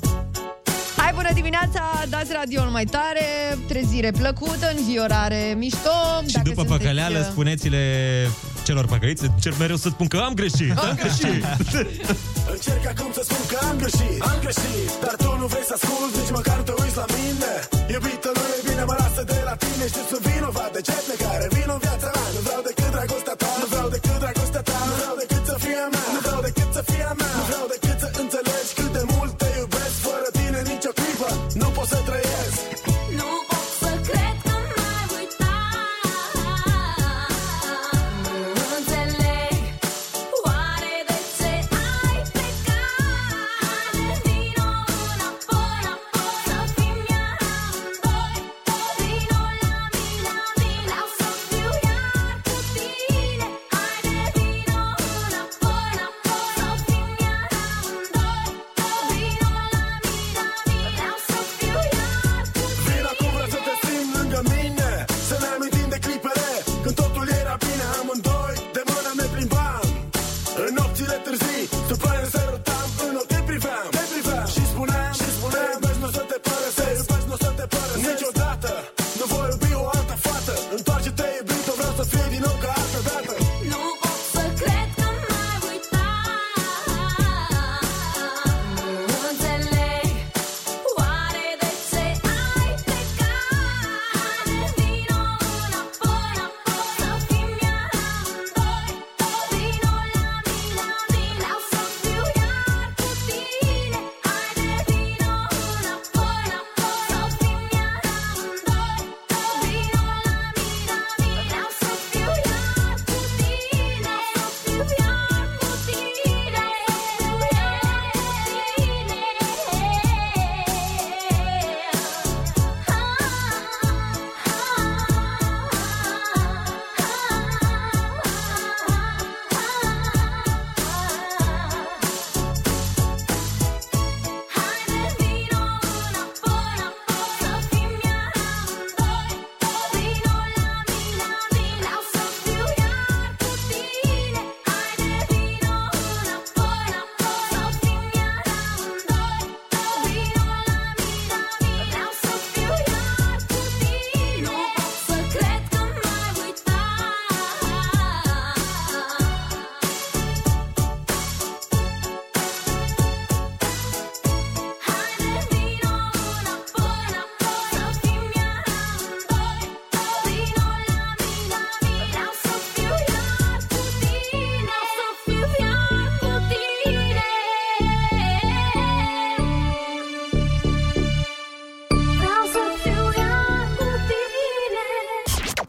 Hai, bună dimineața, dați radio mai tare, trezire plăcută, înviorare mișto. uh,
Și după păcăleală spuneți-le celor păcăliți, cer mereu să spun că am greșit.
Da?
Am greșit.
Încerc acum să spun că am greșit Am greșit Dar tu nu vrei să ascult Nici măcar nu te uiți la mine Iubită, nu e bine, mă lasă de la tine Știu sunt vinovat de ce care Vin în viața mea Nu vreau decât dragostea ta Nu vreau decât dragostea ta Nu vreau decât să fie a mea Nu vreau decât să fie a mea Nu vreau decât să înțelegi Cât de mult te iubesc Fără tine nicio clipă Nu pot să trăiesc
Nu pot să cred că m-ai uitat Nu înțeleg Oare de ce ai plecat Vino înapoi, înapoi Să fim iar amândoi Vino la mine, la mine Vreau să fim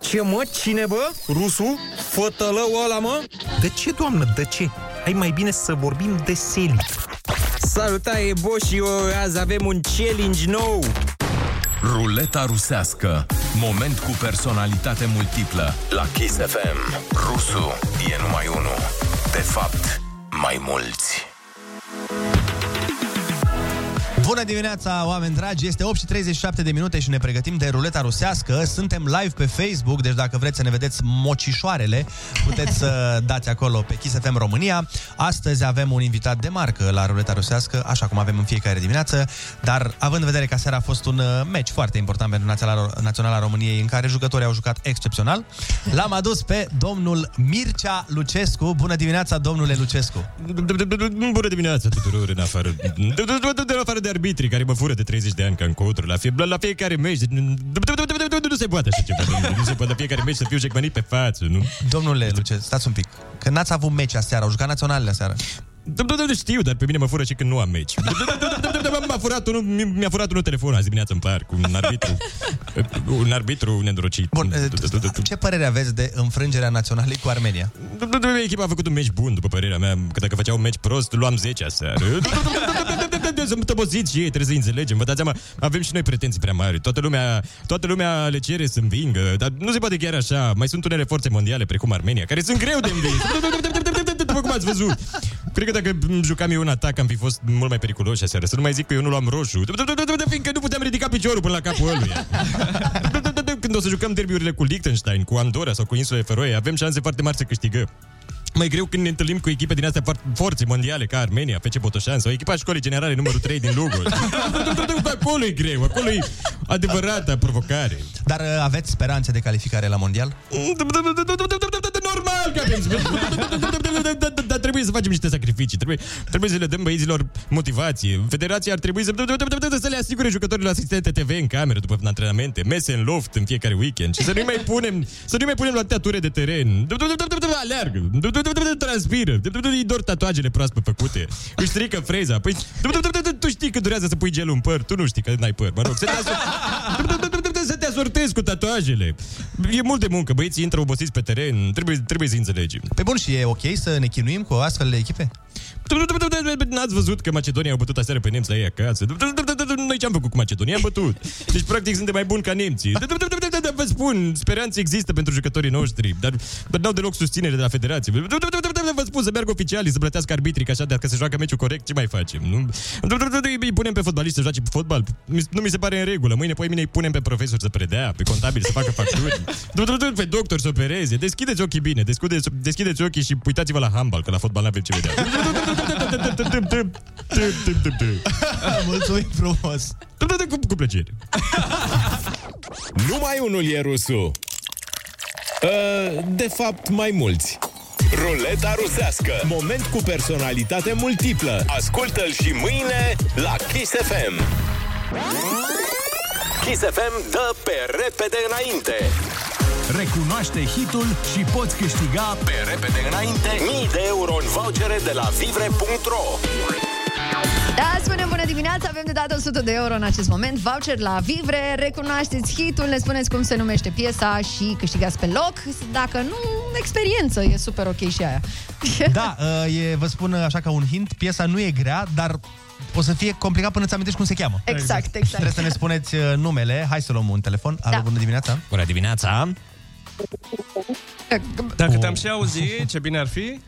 Ce mă? Cine bă? Rusul? Fătălău ăla mă? De ce, doamnă, de ce? Hai mai bine să vorbim de seli. Salutare, boșii, azi avem un challenge nou.
Ruleta rusească. Moment cu personalitate multiplă. La Kiss FM. Rusu e numai unul. De fapt, mai mulți.
Bună dimineața, oameni dragi! Este 8:37 de minute și ne pregătim de ruleta rusească. Suntem live pe Facebook, deci dacă vreți să ne vedeți mocișoarele, puteți să dați acolo pe Kiss FM România. Astăzi avem un invitat de marcă la ruleta rusească, așa cum avem în fiecare dimineață, dar având în vedere că seara a fost un uh, meci foarte important pentru Naționala, Naționala României, în care jucătorii au jucat excepțional, l-am adus pe domnul Mircea Lucescu. Bună dimineața, domnule Lucescu!
Bună dimineața tuturor în afară De afară de arbitrii care mă fură de 30 de ani ca în cotru La, fie, la fiecare meci Nu se poate așa ceva Nu se poate la fiecare meci să fiu jecmanit pe față nu?
Domnule Luce, stați un pic. Că n-ați avut meci aseară, au jucat naționalele aseară.
Știu, dar pe mine mă fură și când nu am meci M-a furat unul, mi-a furat unul telefon azi dimineață în parc Un arbitru Un arbitru neîndorocit Bun,
Ce părere aveți de înfrângerea naționalei cu Armenia?
Echipa a făcut un meci bun, după părerea mea Că dacă făceau un meci prost, luam 10 aseară Sunt oboziți și ei, trebuie să înțelegem Vă dați seama, avem și noi pretenții prea mari Toată lumea, toată lumea le cere să învingă Dar nu se poate chiar așa Mai sunt unele forțe mondiale, precum Armenia Care sunt greu de învins După cum ați văzut Cred că dacă jucam eu un atac, am fi fost mult mai periculoși aseară. Să nu mai zic că eu nu luam roșu. Fiindcă nu puteam ridica piciorul până la capul ăluia. Când o să jucăm derbiurile cu Liechtenstein, cu Andorra sau cu insulele Feroe, avem șanse foarte mari să câștigăm. Mai greu când ne întâlnim cu echipe din astea foarte- forțe mondiale, ca Armenia, FC Botoșan sau echipa școlii generale numărul 3 din Lugoj. Acolo e greu, acolo e adevărata provocare.
Dar uh, aveți speranțe de calificare la mondial?
Normal că avem Dar trebuie să facem niște sacrificii trebuie, trebuie să le dăm băieților motivație Federația ar trebui să, să le asigure jucătorilor asistente TV în cameră După antrenamente, mese în loft în fiecare weekend Și să nu mai punem Să nu mai punem la teature de teren Aleargă Transpiră Îi dor tatuajele proaspăt făcute Își strică freza Păi tu știi că durează să pui gelul în păr Tu nu știi că n-ai păr Mă rog, să te să te asortezi cu tatuajele. E mult de muncă, băieții intră obosiți pe teren, trebuie, trebuie să înțelegem.
Pe bun, și e ok să ne chinuim cu astfel de echipe?
N-ați văzut că Macedonia au bătut aseară pe nemți la ei acasă? Noi ce-am făcut cu Macedonia? Am bătut. Deci, practic, suntem mai buni ca nemții. Vă spun, speranțe există pentru jucătorii noștri, dar, dar n-au deloc susținere de la federație. Vă spun să meargă oficialii, să plătească arbitrii, că așa, dacă se joacă meciul corect, ce mai facem? Nu? Îi punem pe fotbaliști să joace fotbal. Mi- Nu mi se pare în regulă. Mâine, poi mine îi punem pe profesori să predea, pe contabil să facă facturi, pe doctor să opereze. Deschideți ochii bine, deschideți, deschideți ochii și uitați-vă la handbal, că la fotbal n-avem ce vedea.
Mulțumim frumos!
Cu, cu plăcere.
Numai unul e rusul. Uh, De fapt, mai mulți. Ruleta rusească. Moment cu personalitate multiplă. Ascultă-l și mâine la Kiss FM.
Kiss FM dă pe repede înainte. Recunoaște hitul și poți câștiga pe repede înainte mii de euro în vouchere de la vivre.ro.
Da, spunem bună dimineața, avem de dat 100 de euro în acest moment, voucher la Vivre, recunoașteți hitul, ne spuneți cum se numește piesa și câștigați pe loc, dacă nu, experiență, e super ok și aia.
Da, uh, e, vă spun uh, așa ca un hint, piesa nu e grea, dar o să fie complicat până îți amintești cum se cheamă.
Exact, exact.
Și Trebuie să ne spuneți uh, numele. Hai să luăm un telefon.
Da.
Alo, bună dimineața.
Bună dimineața.
Da,
Dacă te-am și auzit, ce bine ar fi.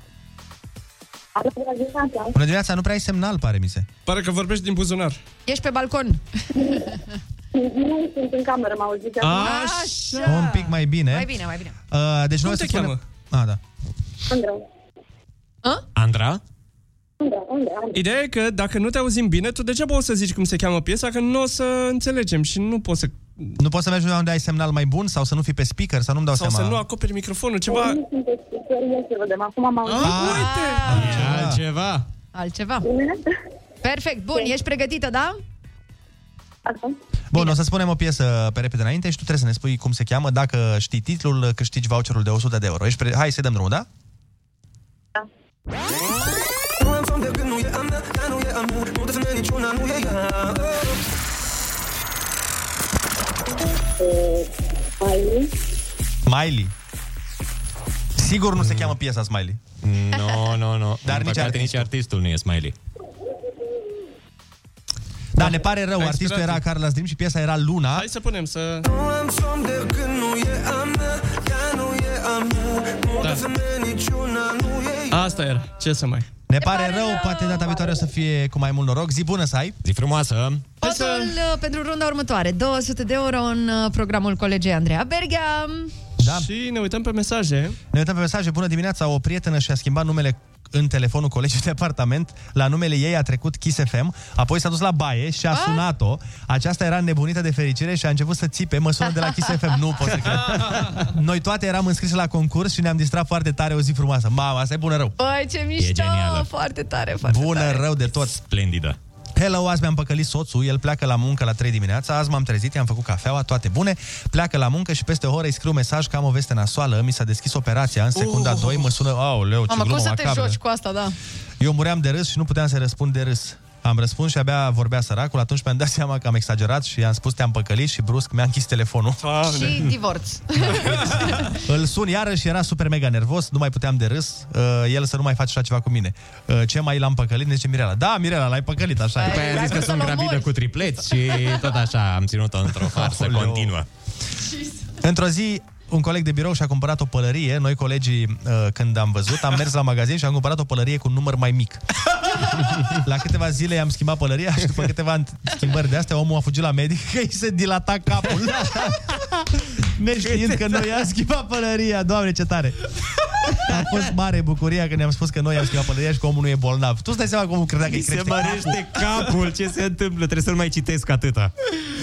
Bună dimineața, nu prea ai semnal, pare mi se.
Pare că vorbești din buzunar.
Ești pe balcon.
Nu sunt în cameră, m-au zis.
Așa. Un pic mai bine.
Mai bine, mai bine.
Uh, deci
Cum
noi o să
te
spunem... Ah, da.
Andrei.
Andra?
Da,
Andrei, Andrei.
Ideea e că dacă nu te auzim bine, tu degeaba o să zici cum se cheamă piesa, că nu o să înțelegem și nu poți să...
Nu poți să mergi unde ai semnal mai bun sau să nu fii pe speaker sau nu-mi dau
Sau
seama.
să nu acoperi microfonul, ceva...
Păi, Nu sunteți serios, să vedem. Acum am auzit.
Altceva.
Altceva. Perfect, bun, ești pregătită, da?
Bun, o să spunem o piesă pe repede înainte și tu trebuie să ne spui cum se cheamă. Dacă știi titlul, câștigi voucherul de 100 de euro. Ești pre... Hai să dăm drumul, da? Smiley? Sigur nu se cheamă piesa Smiley.
Nu, nu, nu.
Dar nici
păcate, nici artistul nu e Smiley.
Da, ne pare rău,
Ai
artistul
sperat.
era Carla Dream și piesa era Luna.
Hai să punem să...
Nu am somn de când nu e a mea, ea nu e a mea Multă
Da.
femeie, niciuna nu e
Asta era. Ce să mai...
Ne pare, rău, poate data viitoare o să fie cu mai mult noroc. Zi bună să ai!
Zi frumoasă!
Totul uh, pentru runda următoare. 200 de euro în uh, programul colegei Andreea Berghea.
Da.
Și ne uităm pe mesaje.
Ne uităm pe mesaje. Bună dimineața, o prietenă și-a schimbat numele în telefonul colegii de apartament, la numele ei a trecut Kiss FM, apoi s-a dus la baie și a
Ah.
sunat-o. Aceasta era nebunită de fericire și a început să țipe, mă sună de la Kiss FM, nu pot să cred. Noi toate eram înscrise la concurs și ne-am distrat foarte tare o zi frumoasă. Mama, asta e bună rău.
Băi, ce mișto!
genială.
Foarte tare, foarte
bună
tare.
rău de tot.
Splendidă.
Hello, azi mi-am păcălit soțul, el pleacă la muncă la 3 dimineața, azi m-am trezit, i-am făcut cafeaua, toate bune, pleacă la muncă și peste o oră îi scriu mesaj că am o veste nasoală, mi s-a deschis operația, în secunda
Uh.
2 mă sună, aoleu, ce
Mamă,
glumă
cum să te
macabră."
joci cu asta, da?
Eu muream de râs și nu puteam să răspund de râs. Am răspuns și abia vorbea săracul, atunci mi-am dat seama că am exagerat și i-am spus te-am păcălit și brusc mi-a închis telefonul.
Și divorț.
Îl sun iarăși, era super mega nervos, nu mai puteam de râs, uh, el să nu mai face așa ceva cu mine. Uh, ce mai l-am păcălit? Ne zice Mirela. Da, Mirela, l-ai păcălit, așa
După aia a zis că sunt gravidă cu tripleți și tot așa am ținut-o într-o farsă
Aoleu.
continuă.
Într-o zi, un coleg de birou și-a cumpărat o pălărie. Noi, colegii, uh, când am văzut, am mers la magazin și am cumpărat o pălărie cu un număr mai mic. La câteva zile i-am schimbat pălăria și după câteva schimbări de astea, omul a fugit la medic că îi se dilata capul. Neștiind că noi i-am schimbat pălăria. Doamne, ce tare! A fost mare bucuria când ne-am spus că noi am schimbat pălăria și că omul nu e bolnav. Tu stai seama cum credea că îi
Mi se
crește
mărește capul, ce se întâmplă, trebuie să-l mai citesc atâta.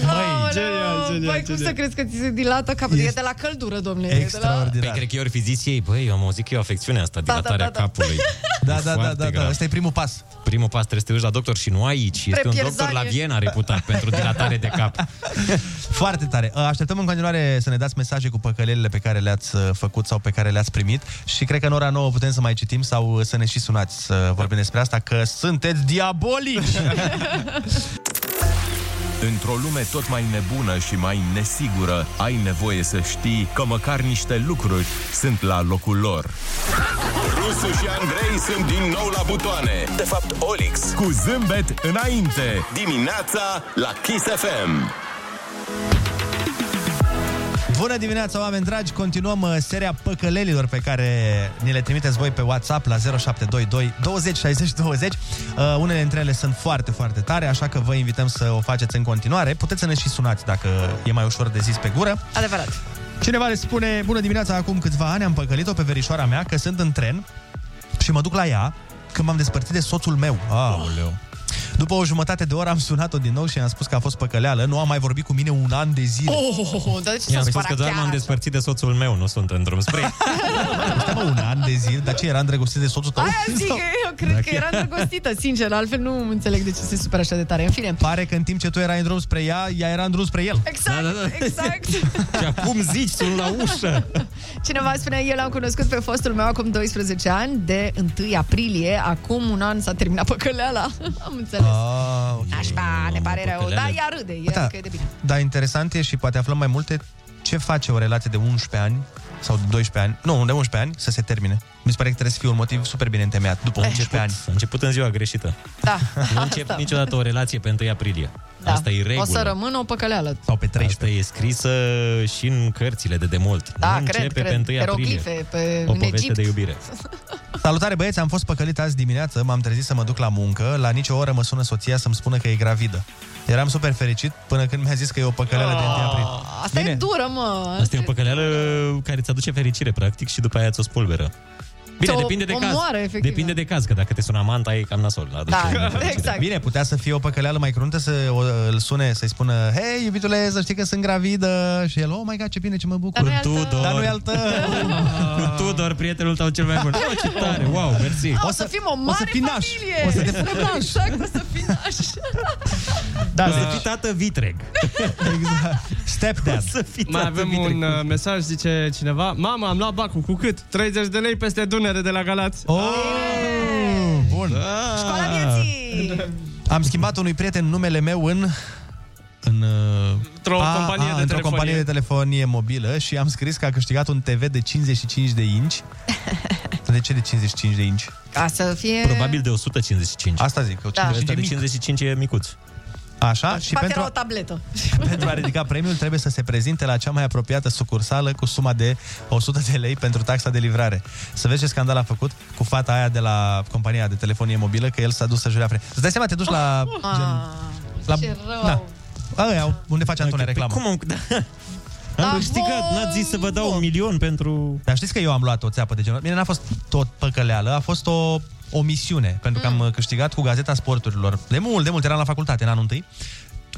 Aoleu,
genial, genial,
Băi, cum
genial.
să crezi că ți se dilată capul? E de la căldură, domnule. e de la...
Păi cred că eu ori fi zis ei, băi, eu am auzit că e o afecțiune asta,
Da, da,
dilatarea
da, da.
capului.
Da, da, da, da, da. Ăsta e primul pas.
Primul pas trebuie să te duci la doctor și nu aici. Deci, Este un doctor la
Prepierzanie.
Viena reputat pentru dilatare de cap.
Foarte tare. Ă, Așteptăm în continuare să ne dați mesaje cu păcălelele pe care le-ați uh, făcut sau pe care le-ați primit și cred că în ora nouă putem să mai citim sau uh, să ne și sunați să vorbim despre asta, că sunteți diabolici!
Într-o lume tot mai nebună și mai nesigură, ai nevoie să știi că măcar niște lucruri sunt la locul lor. Rusu și Andrei sunt din nou la butoane. De fapt, Olix. Cu zâmbet înainte. Dimineața la Kiss FM.
Bună dimineața, oameni dragi! Continuăm uh, seria păcălelilor pe care ni le trimiteți voi pe WhatsApp la 0722 20 60 20. Uh, Unele dintre ele sunt foarte, foarte tare, așa că vă invităm să o faceți în continuare. Puteți să ne și sunați dacă e mai ușor de zis pe gură.
Adevărat.
Cineva le spune, bună dimineața, acum câțiva ani am păcălit-o pe verișoara mea că sunt în tren și mă duc la ea când m-am despărțit de soțul meu. Aoleu. După o jumătate de oră am sunat-o din nou și i-am spus că a fost păcăleală, nu a mai vorbit cu mine un an de zile.
Oh, oh, oh, oh, dar de ce
I-am
s-a
spus
spărat
că doar
chiar
m-am
așa?
Despărțit de soțul meu, nu sunt în drum spre ei.
Stai, mă, un an de zile, dar ce era îndrăgostit de soțul tău?
Aia zic, eu cred că era îndrăgostită, sincer, altfel nu înțeleg de ce se supără așa de tare. În fine.
Pare că în timp ce tu erai în drum spre ea, ea era în drum spre el.
Exact, da, da, da. exact.
și acum zici, sunt la ușă.
Cineva spune, eu l-am cunoscut pe fostul meu acum 12 ani, de 1 aprilie, acum un an s-a terminat păcăleala. Am înțeles.
Ah, ok.
Nașpa, ne pare rău,
păcăleală.
dar ea râde, e,
Bă, da.
că e de bine.
Dar interesant e și poate aflăm mai multe ce face o relație de 11 ani sau de 12 ani, nu, de 11 ani, să se termine. Mi se pare că trebuie să fie un motiv super bine întemeiat după 11 ani.
A început în ziua greșită.
Da.
Nu încep niciodată o relație pe 1 aprilie.
Da.
Asta e regulă.
O să rămână o păcăleală.
Sau pe
13. Asta e scrisă și în cărțile de demult.
Da,
nu
cred,
începe
cred.
pe 1 aprilie.
Peroglife, pe,
O
în
poveste
Egipt.
de iubire.
Salutare băieți, am fost păcălit azi dimineață, m-am trezit să mă duc la muncă, la nicio oră mă sună soția să-mi spună că e gravidă. Eram super fericit până când mi-a zis că e o păcăleală de 1 aprilie.
Ah, Asta e dură, mă.
Asta e o păcăleală uh, care îți aduce fericire, practic, și după aia ți-o spulberă. Bine,
Te o-
depinde de caz.
omoară, efectiv,
depinde de caz, că dacă te sună amanta, e cam nasol. Aduce
Da,
un-
exact.
Bine, putea să fie o păcăleală mai cruntă să o, îl sune, să-i spună Hei, iubitule, să știi că sunt gravidă Și el, oh my god, ce bine, ce mă bucur
Dar nu e al tău.
Dar nu e al tău
Cu Tudor, prietenul tău cel mai bun. Oh, ce tare, wow, mersi.
Ah. O, o să, fim o mare
fii naș.
familie.
O să te punem naș.
Exact, o să fii naș.
Da,
o să fii tată vitreg.
Exact. Stepdad.
Mai avem un uh, mesaj, zice cineva Mama, am luat bacul, cu cât? 30 de lei peste Dunăre de la Galați
oh, Bun
Școala vieții
Am schimbat unui prieten numele meu în în, uh,
Într-o companie de
într-o
telefonie.
companie de telefonie mobilă și am scris că a câștigat un TV de 55 de inci. De ce de 55 de inci?
Ca să fie...
Probabil de 155. Asta zic, că
Da.
55
Ăsta de
55 e micuț. Așa, și
Poate
pentru,
era o tabletă.
pentru a ridica premiul trebuie să se prezinte la cea mai apropiată sucursală cu suma de 100 de lei pentru taxa de livrare. Să vezi ce scandal a făcut cu fata aia de la compania de telefonie mobilă, că el s-a dus să jurea pre... Îți dai seama, te duci la...
Oh,
Ah,
la da,
ce rău.
Aia, unde face Antone reclamă. Păi Cum am... Da.
Am Bravo! câștigat,
n-ați zis să vă dau un milion pentru... Dar știți că eu am luat o țeapă de genul Bine, n-a fost tot păcăleală, a fost o o misiune, pentru că
Mm.
am câștigat cu Gazeta Sporturilor. De mult, de mult, eram la facultate, în anul întâi.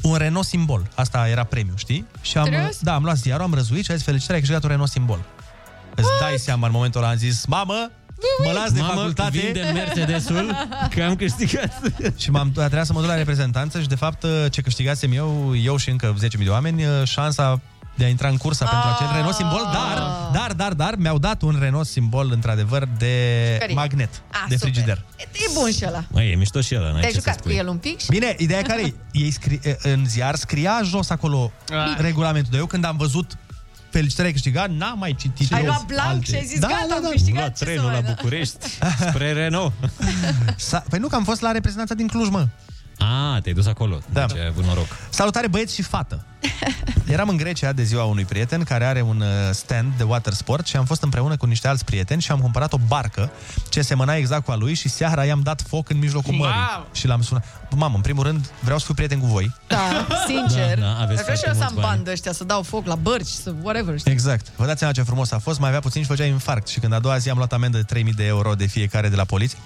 Un Renault Simbol. Asta era premiu, știi? Și am,
Serios?
da, am luat ziarul, am răzuit și a zis, felicitări, ai câștigat un Renault Simbol. Îți dai seama, în momentul ăla am zis, mamă, mă las de
Mamă,
facultate.
vinde Mercedesul,
că am câștigat. și m-am a trebuit să mă duc la reprezentanță și, de fapt, ce câștigasem eu, eu și încă 10.000 de oameni, șansa de a intra în cursa
Ah.
pentru acel Renault Simbol, dar, dar, dar, dar, mi-au dat un Renault Simbol, într-adevăr, de
Care e?
magnet,
Ah,
de
super.
frigider.
E bun și ăla.
Mai e mișto și ăla,
Te-ai jucat cu el un pic? și-
Bine, ideea care e, ei scri, în ziar scria jos acolo
Ah.
regulamentul. Dar eu când am văzut felicitări ai câștigat, n-am mai citit.
Ai
eu
luat blank
alte. Da,
și ai zis, gata, am câștigat,
Luat
ce să mai da?
București spre Renault. S-a, păi nu, că am fost la reprezentanța din Cluj, mă.
A, te-ai dus acolo. Da. Deci ai avut noroc.
Salutare băieți și fată! Eram în Grecia de ziua unui prieten care are un uh, stand de water sport și am fost împreună cu niște alți prieteni și am cumpărat o barcă ce semăna exact cu a lui și seara i-am dat foc în mijlocul mării și l-am sunat. Mamă, în primul rând vreau să fiu prieten cu voi.
Da, sincer.
Da, da, aveți
Dar vreau
foarte
și eu să
mulți
am
bani.
bani de ăștia, să dau foc la bărci, să whatever, știi?
Exact. Vă dați seama ce frumos a fost, mai avea puțin și făcea infarct. Și când a doua zi am luat amendă de 3000 de euro de fiecare de la poliție.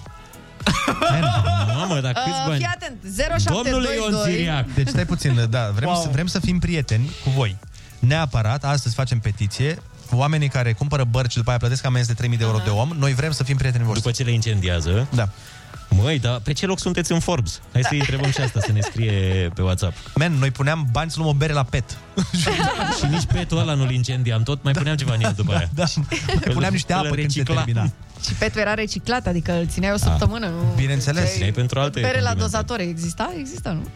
Mamă, dar
Uh, fii atent, 0722.
Deci stai puțin, da, vrem, wow. să, vrem să fim prieteni cu voi. Neapărat, astăzi facem petiție, oamenii care cumpără bărci și după aia plătesc amenzi de 3000 de euro de om, noi vrem să fim prieteni voștri.
După ce le incendiază.
Da.
Măi, dar pe ce loc sunteți în Forbes? Hai să-i întrebăm și asta, să ne scrie pe WhatsApp.
Man, noi puneam bani să luăm o bere la pet.
și nici petul ăla nu-l incendiam tot, mai puneam ceva în el după aia.
Da, da. Puneam niște apă când se termina.
Și petul era reciclat, adică îl țineai
Ah.
o săptămână, nu?
Bineînțeles.
Țineai
pentru alte
Pere la dozatore, exista? Exista, nu?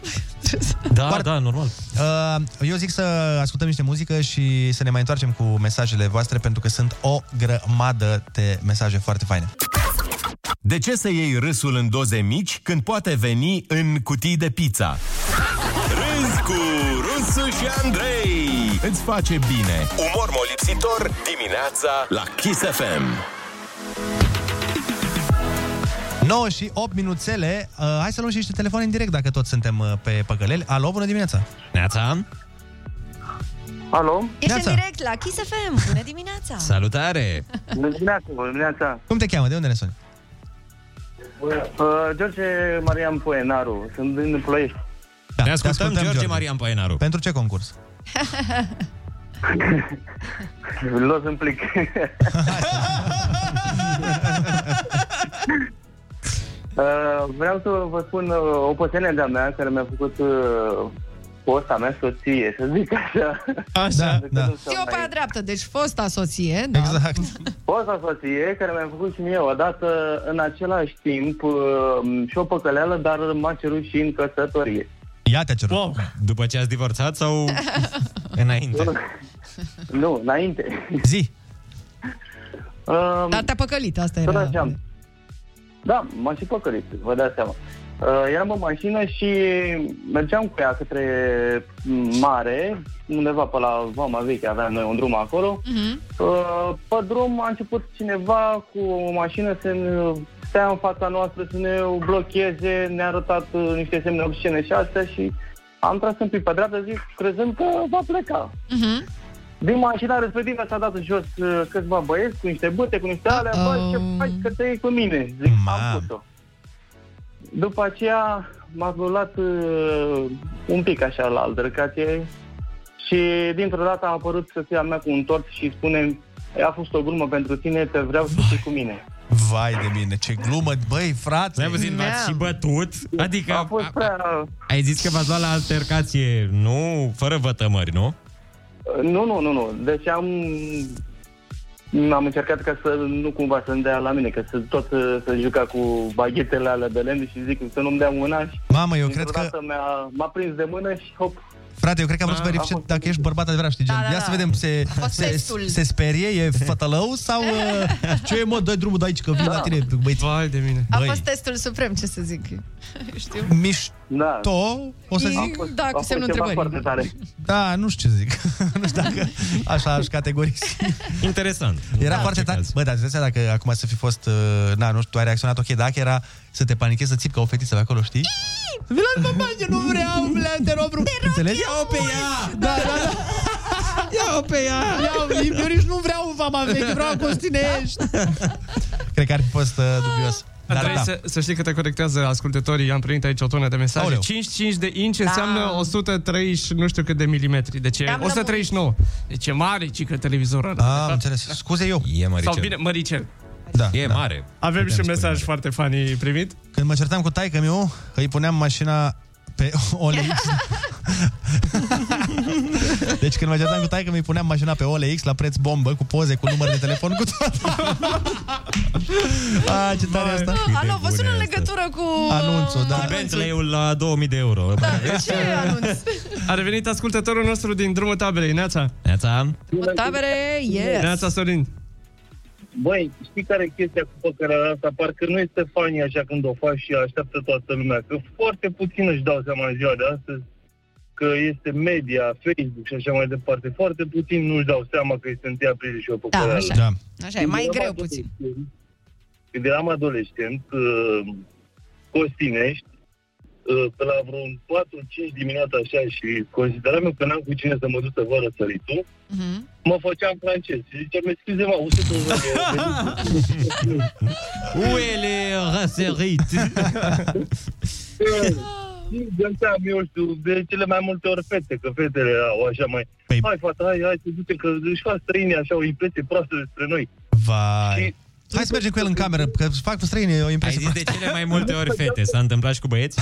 Da, da, normal.
Uh, eu zic să ascultăm niște muzică și să ne mai întoarcem cu mesajele voastre, pentru că sunt o grămadă de mesaje foarte faine.
De ce să iei râsul în doze mici când poate veni în cutii de pizza? Râs cu Rusu și Andrei! Îți face bine! Umor molipsitor dimineața la Kiss FM!
9 și 8 minuțele. Uh, hai să luăm și niște telefoane în direct, dacă toți suntem uh, pe păcăleli. Alo, bună dimineața! Neața!
Alo?
Ești în direct!
Direct la Kiss FM. Bună dimineața!
Salutare!
Bună dimineața, bună dimineața.
Cum te cheamă? De unde ne suni?
Uh, George Marian Poenaru, sunt din Ploiești.
Da,
te ascultăm, George Marian
Painaru. Pentru ce concurs?
Îl luați în plic. Uh, vreau să vă spun uh, o pățenie de-a mea care mi-a făcut uh, fosta mea soție, să zic așa.
Așa, da.
Știu pe aia dreaptă, deci fosta soție, da. Exact.
Fosta soție care mi-a făcut și mie odată în același timp uh, și o păcăleală, dar m-a cerut și în căsătorie.
Ia te-a cerut.
Wow. După ce ați divorțat sau înainte?
Nu, înainte.
Zi.
Dar te-a păcălit, asta
Tot
era.
așa. Da, m-am și păcălit, vă dați seama. Uh, eram în mașină și mergeam cu ea către mare, undeva pe la Vama Veche, aveam noi un drum acolo.
Mhm,
Uh, pe drum a început cineva cu o mașină să ne stea în fața noastră, să ne blocheze, ne-a arătat uh, niște semne obscene și astea și am tras un pic pe dreapta, zic, crezând că va pleca.
mhm.
Din mașina respectivă s-a dat jos uh, câțiva băieți cu niște bâte, cu niște alea, bă, ce faci că te iei cu mine? Zic, am pus-o. După aceea m-a luat uh, un pic așa la albercație și dintr-o dată a apărut soția mea cu un tort și spune a fost o glumă pentru tine, te vreau să fii cu mine.
Vai de mine, ce glumă, băi, frate!
Stai puțin, v-ați și bătut? Adică
A fost prea...
ai zis că v-ați luat la altercație, nu? Fără vătămări, nu?
uh, Nu, nu, nu, nu. Deci am... Am încercat ca să nu cumva să-mi dea la mine, că să tot să, să juca cu baghetele alea de lemn și zic să nu-mi dea mâna și
Mamă, eu
cred că... Mi-a, m-a prins de mână și hop,
Frate, eu cred că am vrut
Da,
să verifice dacă ești bărbat adevărat, știi, gen.
Da, da,
Ia să
da.
vedem, se,
A fost
se,
testul.
se sperie, e fătălău sau... uh, Ce, mă, dai drumul de aici, că vin
Da.
la tine, băieți. Vai de mine.
A fost testul suprem, ce să zic. eu. Știu.
Mișto,
da.
o să
E-
zic.
da, cu semnul întrebării.
Da, nu știu ce să zic. nu știu dacă așa aș categorisi.
Interesant.
Era
Da,
foarte
ce
tare. Bă, dar îți dai seama dacă acum să fi fost... uh, Na, nu știu, tu ai reacționat ok. Dacă era să te panichezi, să țipi ca o fetiță de acolo, știi? Vila la mama, eu nu vreau, vila, te rog, vreau. Înțelegi? Ia-o pe ea! Da, da, da. Ia-o pe ea! Da.
Iau, eu nici nu vreau vama veche, vreau Costinești.
Cred că ar fi fost uh, dubios. Dar
Dar Andrei, da.
da.
să, să știi că te corectează ascultătorii, am primit aici o tonă de mesaje.
Aoleu.
55 de inci da. înseamnă 130 nu știu cât de milimetri. Deci e
Te-am
139. Deci e mare, ci că televizorul ăla.
Ah, Am înțeles. Scuze eu.
E
Sau bine, măricel.
Da,
e mare.
Avem și un mesaj foarte funny primit.
Când mă certam cu taică meu, îi puneam mașina pe OLX. deci când mă certam cu taică mi puneam mașina pe OLX la preț bombă, cu poze, cu număr de telefon, cu toate. A, ce tare asta.
Alo, vă sună în legătură cu...
Anunțul, da.
Bentley-ul la 2000 de euro.
Da, Ce anunț?
A revenit ascultătorul nostru din drumul taberei. Neața.
Neața.
Mă, Tabere, yes.
Neața Sorin.
Băi, știi care e chestia cu păcărea asta? Parcă nu este fanii așa când o faci și așteaptă toată lumea. Că foarte puțin își dau seama în ziua de astăzi că este media, Facebook și așa mai departe. Foarte puțin nu își dau seama că este 1 aprilie și o
Da,
păcăreală.
așa. Da. Așa e,
Când
mai
eram
greu puțin.
adolescent, Când eram adolescent, uh, Costinești, uh, pe la vreo 4-5 dimineața așa și consideram eu că n-am cu cine să mă duc să vă răsăritul, mă făceam francez. Și ziceam, scuze mă, 120 de euro."
Uele răsărit.
Gândeam, eu știu, de cele mai multe ori fete, că fetele au așa mai...
Păi...
Hai, fata, hai, hai, să ducem, că își fac străinii așa o impresie proastă despre noi.
Vai. Hai să mergem cu el în cameră, că fac străini o
Ai
impresie.
zis de
proastă.
cele mai multe ori fete. S-a întâmplat și cu băieți?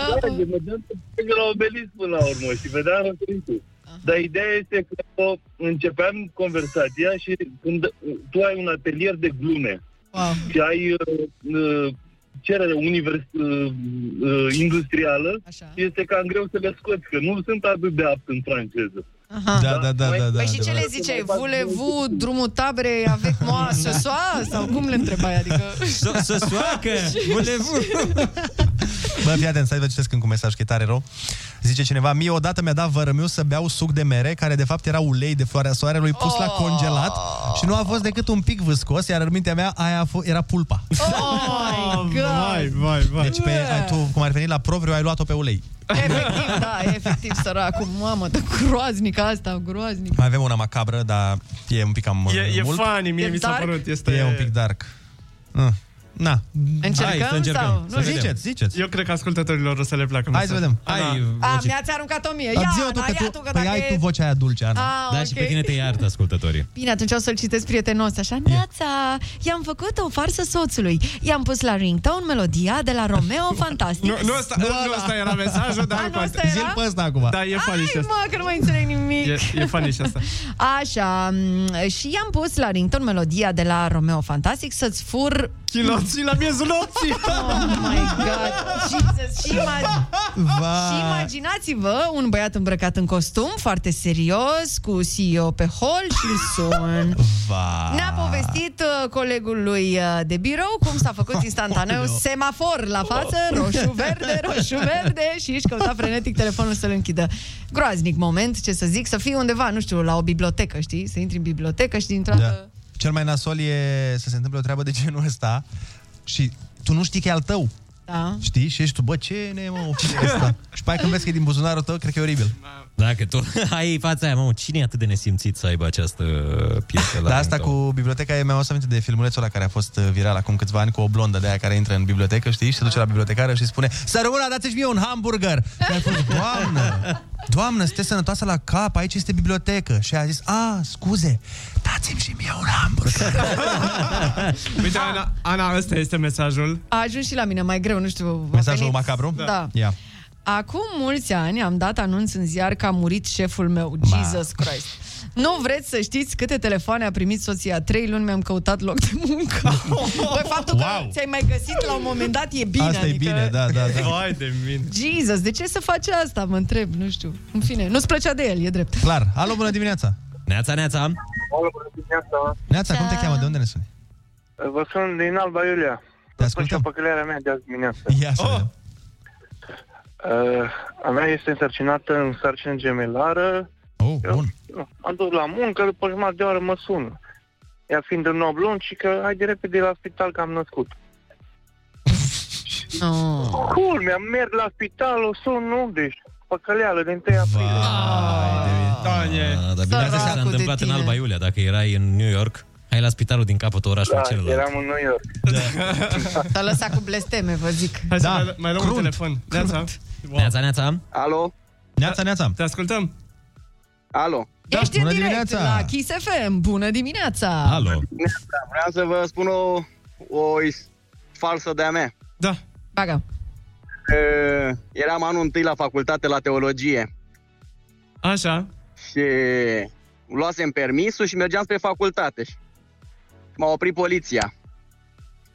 Ah,
Dragă, mergeam să mergem la obelisc până la urmă și vedeam răsăritul.
Ah.
Dar ideea este că o, începeam conversația și când tu ai un atelier de glume
wow.
și ai uh, uh, cerere univers, uh, uh, industrială,
Așa.
este cam greu să le scoți, că nu sunt atât de apt în franceză.
Aha.
Da, da, da, da, da.
Păi și ce le ziceai? Voulez-vous drumul taberei avec moi ce soir? Sau cum le întrebai? Adică...
Să soacă! Voulez-vous!
Bă, fii atent, stai vă citesc încă un mesaj, că e tare rău. Zice cineva, mie odată mi-a dat vărămiu să beau suc de mere, care de fapt era ulei de floarea soarelui pus
Oh.
la congelat și nu a fost decât un pic vâscos, iar în mintea mea aia a f- era pulpa.
Oh my God!
vai, vai. Deci pe, ai, tu, cum ar veni la propriu, ai luat-o pe ulei.
Efectiv, da, efectiv, săracul. Mamă, dar groaznică asta, groaznică.
Mai avem una macabră, dar e un pic cam uh,
E, e
mult.
funny, mie
E
mi s-a
dark?
părut. Este...
E un pic dark. Mm. Na.
Încercăm Hai, să încercăm, sau- să nu? vedem.
Ziceți, ziceți.
Eu cred că ascultătorilor o să le placă.
Hai să vedem.
A, Ah, mi-ați aruncat o mie. Ia,
Zi-o tu
Ana,
că
ia tu,
tu,
că
păi
dacă
ai
e-
tu vocea aia dulce, Ana.
Ah,
Da, și
ok.
pe tine te iartă ascultătorii.
Bine, atunci o să-l citesc prietenos, așa? Neața, i-am făcut o farsă soțului. I-am pus la ringtone melodia de la Romeo Fantastic.
Nu, nu, asta, nu, nu asta era mesajul, dar nu
asta era? Zi-l pe
ăsta acum.
Da, e funny și
Hai,
asta.
mă, că nu mai înțeleg nimic.
E, e funny și asta.
Așa, m, și i-am pus la ringtone melodia de la Romeo Fantastic să-ți fur...
Chiloții la miezul nopții!
Oh my God, Jesus, și m-a...
Vai.
Și imaginați-vă un băiat îmbrăcat în costum, foarte serios, cu CEO pe hol și îl sun.
Va.
Ne-a povestit uh, colegul lui uh, de birou cum s-a făcut instantaneu semafor la față, roșu-verde, roșu-verde și își căuta frenetic telefonul să-l închidă. Groaznic moment, ce să zic, să fii undeva, nu știu, la o bibliotecă, știi? Să intri în bibliotecă și dintr-o
Da.
dată...
Cel mai nasol e să se întâmple o treabă de genul ăsta și tu nu știi că e al tău.
Da.
Știi? Și ești tu, bă, ce ne mă, cine e ăsta? Și pe aia când vezi că e din buzunarul tău, cred că e oribil.
Da, Dacă tu ai fața aia, mamă, cine e atât de nesimțit să aibă această uh, piesă la
Dar Da, asta
ringtone?
cu biblioteca e mi-am adus aminte de filmulețul ăla care a fost uh, viral acum câțiva ani cu o blondă de aia care intră în bibliotecă, știi? Și se duce la bibliotecară și spune Să rămână, dați-și mie un hamburger! Și ai fost, doamnă, doamnă, sunteți sănătoasă la cap, aici este bibliotecă. Și a zis, a, scuze, dați-mi și mie un hamburger.
Uite, Ana, Ana, ăsta este mesajul.
A ajuns și la mine mai greu, nu știu. a
Mesajul
venit-
macabru?
Da.
Ia.
Acum mulți ani am dat anunț în ziar că a murit șeful meu, Jesus Christ. Nu vreți să știți câte telefoane a primit soția? Trei luni mi-am căutat loc de muncă. Băi, faptul că
Wow.
ți-ai mai găsit la un moment dat e bine.
Bine, Asta
adică...
e bine, da, da, da.
Vai de mine.
Jesus, de ce să faci asta? Mă întreb, nu știu. În fine, nu-ți plăcea de el, e drept.
Clar. Alo, bună dimineața.
Neața, neața.
Alo, bună dimineața.
Neața,
Da.
cum te cheamă? De unde ne suni?
Vă sun din Alba Iulia. Te ascultăm. păcălearea mea de azi dimineață.
Ia să oh.
Uh, a mea este însărcinată în sarcină gemelară.
Oh,
bun. Am dus la muncă, după jumătate de oră mă sună. Ea fiind în 8 luni și că hai de repede la spital că am născut.
No.
Oh.
Culmea, merg la spital, o sun, nu, deci păcăleală din 1 aprilie.
Tanie.
Da, dar bine, asta s-a
Săracul de
întâmplat în
tine.
Alba Iulia. Dacă erai în New York, hai la spitalul din capătul orașului
Da,
celălalt.
eram în New York.
S-a lăsat cu blesteme, vă zic.
Hai da. să mai, mai luăm un telefon. Neața. Wow. Neața,
neața.
Alo.
Neața, neața.
Te ascultăm.
Alo.
Da, Ești în direct la Kiss FM. Bună dimineața!
Neața, Vreau să vă spun o, o is- falsă de-a mea.
Da.
Bagă.
Uh, eram anul întâi la facultate la teologie
Așa.
și luasem permisul și mergeam spre facultate. Și M-a oprit poliția.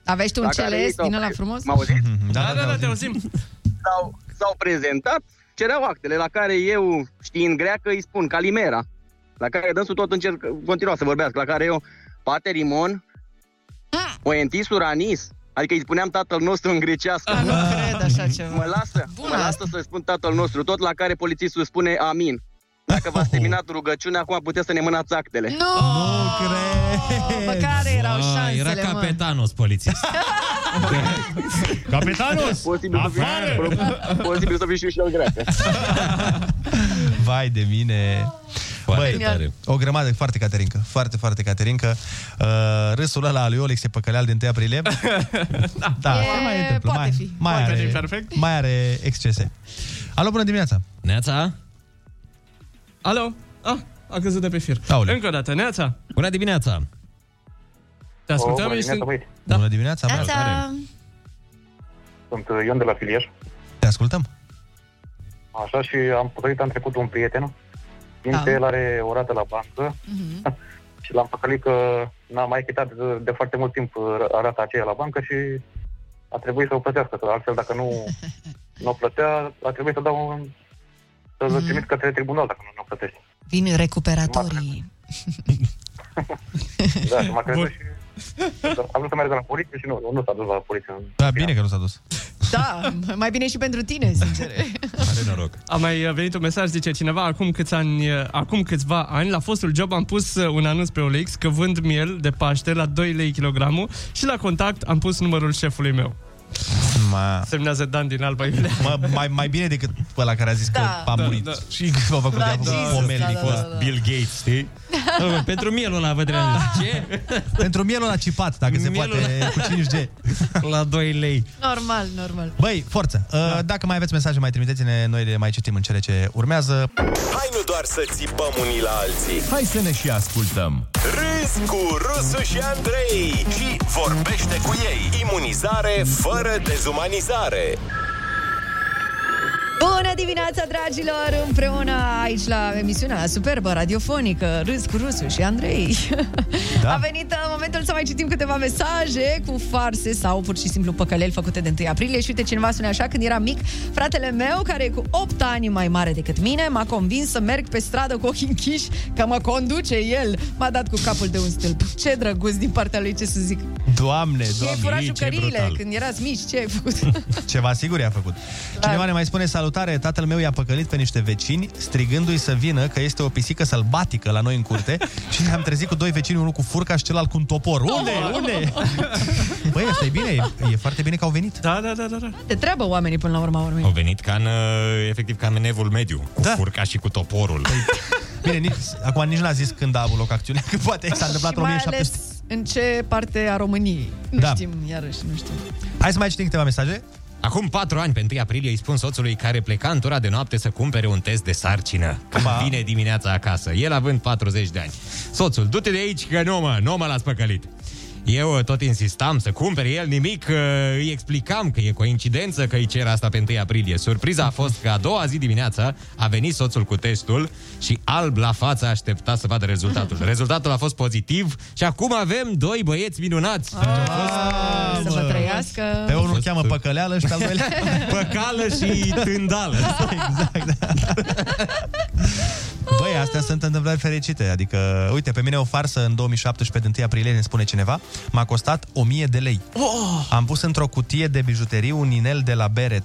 Aveți tu un
Dacă ar
CLS
ieși,
din
au
ăla
prins.
frumos?
M-au auzit?
Da, da, da, da, te
auzim.
S-au, s-au prezentat, cereau actele la care eu, știind greacă, îi spun Calimera. La care dânsul tot încerc, continua să vorbească, la care eu, Paterimon, Oentis Uranis, adică îi spuneam tatăl nostru în grecească.
Nu cred așa ceva.
Mă lasă, mă lasă să spun tatăl nostru, tot la care polițistul spune amin. Dacă
Oh.
v-ați terminat rugăciunea, acum puteți să ne mânați actele.
Nu!
Nu cred!
Bă, care erau
Vai,
șansele,
Era
mă?
capetanos polițist.
Capetanus!
Posibil să, fiu, posibil să fiu și eu greacă.
Vai de mine! Foarte Băi,
tare.
o grămadă, foarte Caterinca, foarte, foarte Caterinca. Uh, râsul ăla al lui Olex e păcăleal din 1 aprilie. da,
E,
se mai întâmplă.
poate
mai,
fi.
Mai,
Poate
are,
fi
perfect.
mai are excese. Alo, bună dimineața!
Neața!
Alo. Ah, a căzut de pe fir.
Aole.
Încă o dată, Neața.
Bună dimineața.
Te ascultăm,
Oh, bună
ești...
dimineața, băieți.
Da. Bună dimineața!
Neața. Sunt uh, Ion de la Filier.
Te ascultăm.
Așa și am păcălit am trecut un prieten. Din
Da.
el are o rată la bancă
Mhm.
și l-am păcălit că n-a mai chitat de, de foarte mult timp uh, rata aceea la bancă și a trebuit să o plătească. Că altfel, dacă nu, nu o plătea, a trebuit să dau un, să-l
Mm.
trimit către tribunal dacă nu, nu o plătește.
Vin recuperatorii.
Da, și m-a crezut și am vrut să merg la poliție și nu, nu s-a dus la poliție.
Da, bine că nu s-a dus.
Da, mai bine și pentru tine, sincer.
Are noroc.
A mai uh, venit un mesaj, zice cineva, acum, câți ani, uh, acum câțiva ani, la fostul job am pus uh, un anunț pe OLX că vând miel de Paște la 2 lei kilogramul și la contact am pus numărul șefului meu.
Ma...
Semnează Dan din Alba Iulia.
Da. Mă, mai, mai bine decât ăla care a zis
Da.
că a
Da,
murit.
da.
Și că a făcut
Da,
de a făcut
Jesus,
pomelnic.
da, da, da, da.
Bill Gates, știi?
Mhm.
Pentru mielul ăla vă trebuie. Ce?
Pentru mielul la cipat, dacă se
Mielul
poate,
ăla.
cu 5G.
La 2 lei.
Normal, normal.
Băi, forță! Da. Dacă mai aveți mesaje, mai trimiteți-ne, noi le mai citim în cele ce urmează.
Hai nu doar să țipăm unii la alții Hai să ne și ascultăm Râs cu Rusu și Andrei Și vorbește cu ei Imunizare fără dezumanizare
Bună dimineața, dragilor! Împreună aici la emisiunea superbă, radiofonică, Râs cu Rusu și Andrei. Da. A venit uh, momentul să mai citim câteva mesaje cu farse sau pur și simplu păcăleli făcute de 1 aprilie. Și uite, cineva spune așa, când eram mic, fratele meu, care e cu 8 ani mai mare decât mine, m-a convins să merg pe stradă cu ochii închiși, că mă conduce el. M-a dat cu capul de un stâlp. Ce drăguț din partea lui, ce să zic.
Doamne,
Și ai furat
doamne,
jucăriile când erați mici, ce ai făcut?
Ceva sigur i-a făcut. Cineva ne mai spune, salutare, tatăl meu i-a păcălit pe niște vecini, strigându-i să vină că este o pisică sălbatică la noi în curte și ne-am trezit cu doi vecini, unul cu furca și celălalt cu un topor. Unde? Unde? Băi, asta e bine, e, e foarte bine că au venit.
Da, da, da, da. da.
Te treabă oamenii până la urma urmei.
Au venit ca în, uh, efectiv, ca în evul mediu, cu da. furca și cu toporul.
Păi, Bine, nici, acum nici n-a zis când a avut loc acțiunea, că poate s-a întâmplat
Și
în
mai
1700.
ales în ce parte a României. Nu
Da.
știm, iarăși, nu știm.
Hai să mai citim câteva mesaje.
Acum patru ani, pe 1 aprilie, îi spun soțului care pleca în tura de noapte să cumpere un test de sarcină. Când vine dimineața acasă, el având 40 de ani. Soțul, du-te de aici că nu mă, nu mă l-ați păcălit. Eu uh, tot insistam să cumpere el nimic, că îi explicam că e coincidență că îi cer asta pe 1 aprilie. Surpriza a fost că a doua zi dimineața a venit soțul cu testul și alb la față aștepta să vadă rezultatul. Rezultatul a fost pozitiv și acum avem doi băieți minunați.
Ah, Să vă trăiască.
Pe unul cheamă păcăleală și pe al doilea...
Păcală și tândală.
Băi, astea sunt întâmplări fericite. Adică, uite, pe mine o farsă în 2017, 1 aprilie, ne spune cineva, m-a costat 1000 de lei.
Oh!
Am pus într-o cutie de bijuterii un inel de la bere,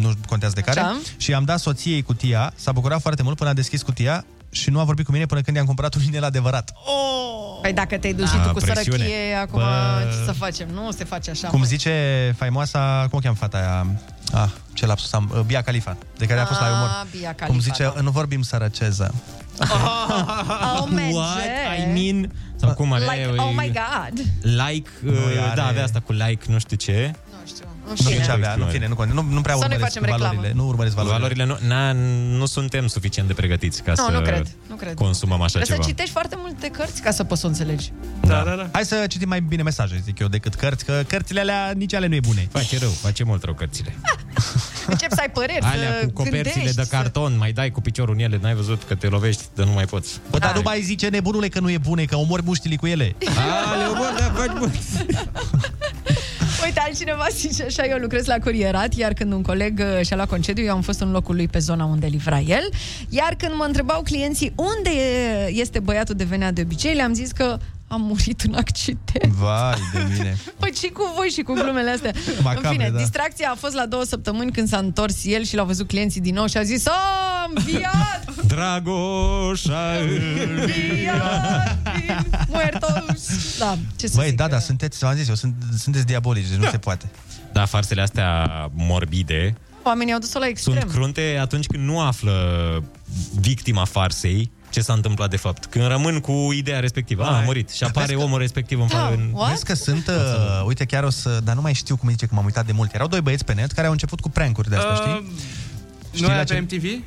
nu contează de care,
Așa.
și am dat soției cutia, s-a bucurat foarte mult până a deschis cutia și nu a vorbit cu mine până când i-am cumpărat un inel adevărat.
Oh! Păi dacă te-ai dus
Da,
și tu cu
presiune.
sărăchie, acum
Bă.
ce să facem? Nu se face așa.
Cum
mă.
zice faimoasa, cum o cheam fata aia? Ah, ce lapsus am, Bia Califa, de care a fost la
Ah,
umor.
Bia
Cum
Khalifa,
zice,
da.
nu vorbim sărăceză.
Ah. Oh, merge.
I mean... Sau cum are...
Like, oh my god.
Like, uh,
are-
da, avea asta cu like, nu știu ce.
Nu
știu ce avea, nu, în fine, nu, contează, nu, nu prea
Să nu-i
urmăresc
facem reclamă.
valorile. Nu urmăresc valorile.
Valorile nu, na, nu suntem suficient de pregătiți ca
Nu,
să
nu cred, nu cred.
consumăm așa
Trebuie
ceva.
să citești foarte multe cărți ca să poți să o înțelegi.
Da, da, da. Hai să citim mai bine mesaje, zic eu, decât cărți, că cărțile alea nici ale nu e bune.
Face rău, face mult rău cărțile.
Începi să ai păreri,
Alea
să
cu coperțile
gândești,
de carton, mai dai cu piciorul în ele, n-ai văzut că te lovești, de nu mai poți.
Bă, dar nu mai zice nebunule că nu e bune, că omori muștile cu ele.
Ale, omor, da, faci bun.
Uite, altcineva zice așa, eu lucrez la curierat, iar când un coleg uh, și-a luat concediu, eu am fost în locul lui pe zona unde livra el. Iar când mă întrebau clienții unde e- este băiatul de venea de obicei, le-am zis că a murit în accident.
Vai de mine.
Păi și cu voi și cu glumele astea.
Macabre,
în fine,
da.
distracția a fost la două săptămâni când s-a întors el și l-au văzut clienții din nou și a zis A, înviat!
Dragoș a
înviat! Muertos! Da, ce să
Băi, da, da, sunteți, v-am zis, eu sunt, sunteți diabolici, deci nu se poate.
Da, farsele astea morbide
Oamenii au dus-o la extrem.
sunt crunte atunci când nu află victima farsei ce s-a întâmplat de fapt. Când rămân cu ideea respectivă, Ah, a, a murit și apare omul respectiv în,
Da.
fa- în
Vezi că sunt, uh, uite chiar o să, dar nu mai știu cum zice că m-am uitat de mult. Erau doi băieți pe net care au început cu prank-uri de asta, știi?
Uh, Nu
la
era
ce-
pe MTV?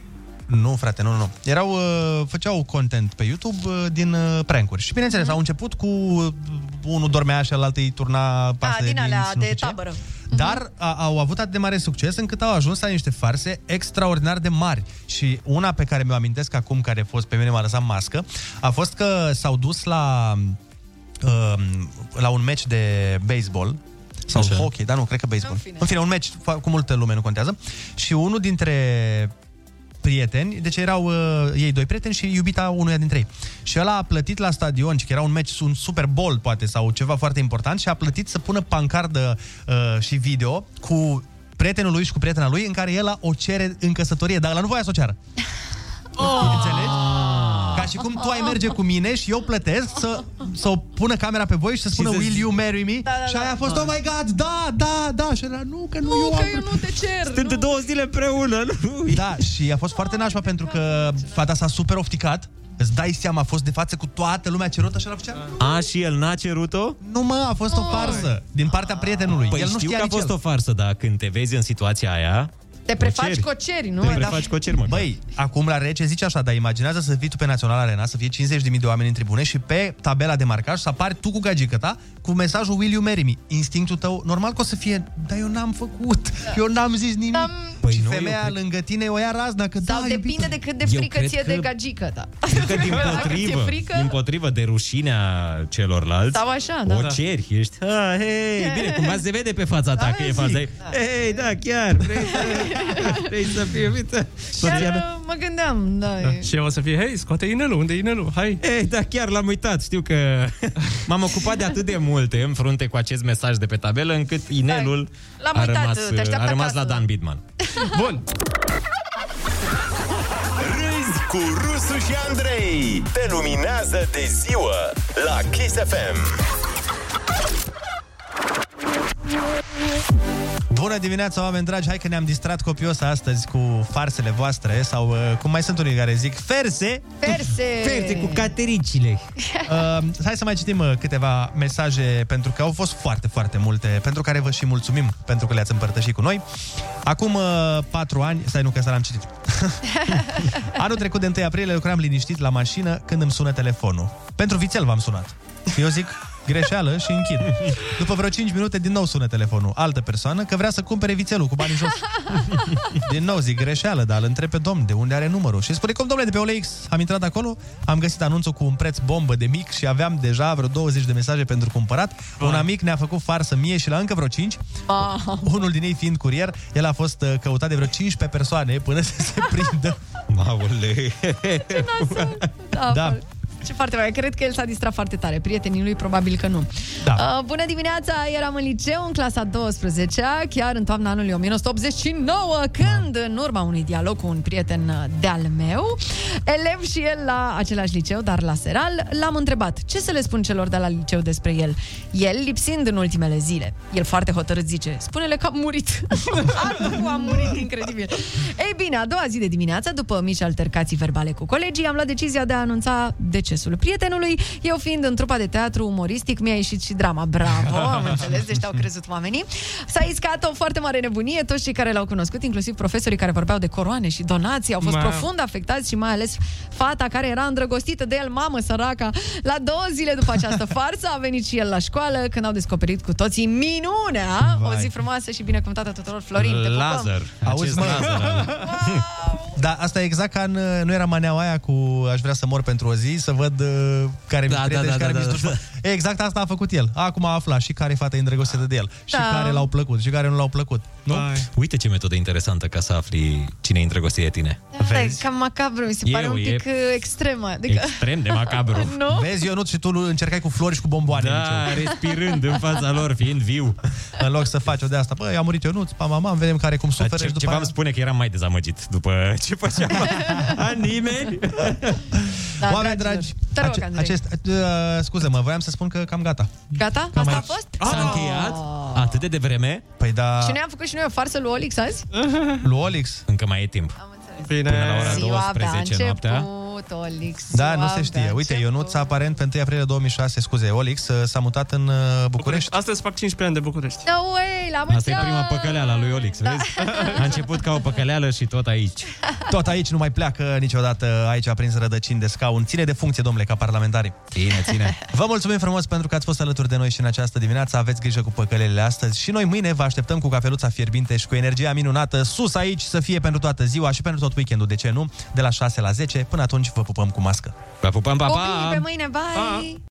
Nu, frate, nu, nu, nu. Erau, uh, făceau content pe YouTube uh, din uh, prank-uri. Și bineînțeles, mm-hmm. au început cu uh, unul dormea și altul îi turna
Da,
pasta
din alea
nu
de
știu ce.
tabără.
Dar a, au avut atât de mare succes încât au ajuns la niște farse extraordinar de mari. Și una pe care mi-o amintesc acum, care a fost pe mine, m-a lăsat mască, a fost că s-au dus la, um, la un meci de baseball sau Așa. hockey, dar nu, cred că baseball. În fine. în fine, un meci fa- cu multă lume, nu contează. Și unul dintre prieteni, deci erau uh, ei doi prieteni și iubita unuia dintre ei. Și ăla a plătit la stadion, și că era un meci, un Super Bowl poate, sau ceva foarte important, și a plătit să pună pancardă uh, și video cu prietenul lui și cu prietena lui, în care el o cere în căsătorie, dar la nu voia să o ceară. Oh. Înțelegi?
Ah!
Ca și cum tu ai merge cu mine și eu plătesc să, să o pună camera pe voi și să spună
să
Will
zi-
you marry me? Da, da, și aia a fost,
da.
oh my god, da, da, da, și era, nu, că nu,
Nu,
eu
că
am...
eu
nu te cer!
Suntem de două zile împreună, nu? Da, și a fost foarte nașpa pentru că fata s-a super ofticat, îți dai seama, a fost de față cu toată lumea cerută și era făcea...
A, și el n-a cerut-o?
Nu mă, a fost o farsă din partea prietenului.
Păi
el nu
știu
știa
că a
nici
fost
el.
o farsă, dar când te vezi în situația aia,
Te prefaci coceri, nu?
Băi, da, Băi, acum la rece zice așa, dar imaginează să fii tu pe Național Arena, să fie 50.000 de oameni în tribune și pe tabela de marcaj să apari tu cu gagică ta cu mesajul Will you marry me? Instinctul tău, normal că o să fie, dar eu n-am făcut, eu n-am zis nimic. Păi și
nu, eu
femeia
cred-
lângă tine o ia razna, că da,
Depinde de cât de
Eu
frică
cred
ție de
că-
gagică, da.
că din
Dacă
potrivă,
ți-e frică-
din potrivă de rușinea celorlalți,
Sau așa, da.
o
Da.
ceri, ești, ah, hei, bine, cumva se vede pe fața ta
Da,
că
eu
e faza
zic,
ei. Hei, da, chiar, vrei să, vrei să fie, uite, soția mea.
Chiar mă gândeam, da.
Da.
e-
Și eu o să fie, hei, scoate inelul, unde e inelul? Hai!
Ei, da, chiar l-am uitat, știu că m-am ocupat de atât de multe în frunte cu acest mesaj de pe tabelă, încât inelul
L-am
a
uitat,
rămas,
te așteaptă
a rămas
acasă,
la Dan Bidman.
Bun.
Râzi cu Rusu și Andrei. Te luminează de ziua la Kiss FM.
Bună dimineața, oameni dragi! Hai că ne-am distrat copios astăzi cu farsele voastre sau uh, cum mai sunt unii care zic ferse.
Ferse!
catericile. Uh, hai să mai citim uh, câteva mesaje pentru că au fost foarte, foarte multe, pentru care vă și mulțumim pentru că le-ați împărtășit cu noi. Acum uh, patru ani, stai nu că asta l-am citit. Anul trecut de 1 aprilie lucram liniștit la mașină când îmi sună telefonul. Pentru vițel v-am sunat. Eu zic, greșeală și închid. După vreo 5 minute, din nou sună telefonul. Altă persoană că vrea să cumpere vițelul cu banii jos. Din nou zic greșeală, dar îl întreb pe domn de unde are numărul. Și spune, cum domnule, de pe OLX am intrat acolo, am găsit anunțul cu un preț bombă de mic și aveam deja vreo 20 de mesaje pentru cumpărat. Un amic ne-a făcut farsă mie și la încă vreo 5. Unul din ei fiind curier, el a fost uh, căutat de vreo 15 persoane până să se prindă.
Aole.
Da.
Da.
Ce foarte mai. Cred că el s-a distrat foarte tare. Prietenii lui probabil că nu.
Da.
Uh, bună dimineața! Eram în liceu, în clasa 12 chiar în toamna anului 1989, când, în urma unui dialog cu un prieten uh, de-al meu, elev și el la același liceu, dar la seral, l-am întrebat ce să le spun celor de la liceu despre el. El, lipsind în ultimele zile, el foarte hotărât zice, spune-le că am murit. Acum am murit, incredibil. Ei bine, a doua zi de dimineață, după mici altercații verbale cu colegii, am luat decizia de a anunța decesul prietenului. Eu fiind în trupa de teatru umoristic, mi-a ieșit și drama. Bravo, am înțeles, deci au crezut oamenii. S-a iscat o foarte mare nebunie, toți cei care l-au cunoscut, inclusiv profesorii care vorbeau de coroane și donații, au fost
Ma.
profund afectați și mai ales fata care era îndrăgostită de el, mamă săraca. La două zile după această farsă a venit și el la școală, când au descoperit cu toții minunea, o
Vai.
zi frumoasă și binecuvântată tuturor, Florin, te pupăm.
Auzi, mă, da, asta e exact ca în, uh, nu era maneaua aia cu aș vrea să mor pentru o zi, să văd uh, care mi-i
Da,
prieten
da,
și
da,
care
da,
mi-i
da,
dușman. E, Exact asta a făcut el. Acum a aflat și care e fata e îndrăgostită de el, și
Da.
care l-au plăcut, și care nu l-au plăcut. Nu?
Uite ce metodă interesantă ca să afli cine e îndrăgostit de tine.
Da, e cam macabru, mi se
Eu,
pare un
e
pic e... extremă. Adică...
Extrem de macabru.
Nu?
Vezi, eu nu și tu încercai cu flori și cu bomboane.
Da, respirând în fața lor, fiind viu.
În loc să faci o de asta, băi, a murit eu, nu, pa, mama, vedem care cum
Dar
suferă
Da, Ce,
și după
ceva
aia...
îmi spune că eram mai dezamăgit după ce făceam. A nimeni?
Da,
Oameni
dragilor.
dragi,
Te rog, Andrei.
acest, uh, scuze-mă, voiam să spun că cam gata.
Gata?
Cam
Asta a
aici.
fost? Ah.
S-a
încheiat?
Oh.
Atât de devreme?
Păi da...
Și noi am făcut și noi o farsă lui Olix azi?
Lui Olix?
Încă mai e timp.
Bine.
Până la ora
Ziua abia a
12 noaptea.
început, Olix.
Da,
ziua
nu se știe.
abia-
Uite, Ionuț, aparent, pe 1 aprilie 2006, scuze, Olix uh, s-a mutat în uh, București.
Astăzi fac 15 ani de București.
No way, la mulți
Asta e prima
ani! Da.
păcăleală a lui Olix, vezi? A început ca o păcăleală și tot aici.
Tot aici nu mai pleacă niciodată, aici a prins rădăcini de scaun. Ține de funcție, domnule, ca parlamentari.
Ține, ține.
Vă mulțumim frumos pentru că ați fost alături de noi și în această dimineață. Aveți grijă cu păcălele astăzi și noi mâine vă așteptăm cu cafeluța fierbinte și cu energia minunată sus aici să fie pentru toată ziua și pentru tot weekendul, de ce nu? De la 6 la 10. Până atunci vă pupăm cu mască.
Vă pupăm,
Copii, pe mâine, bye!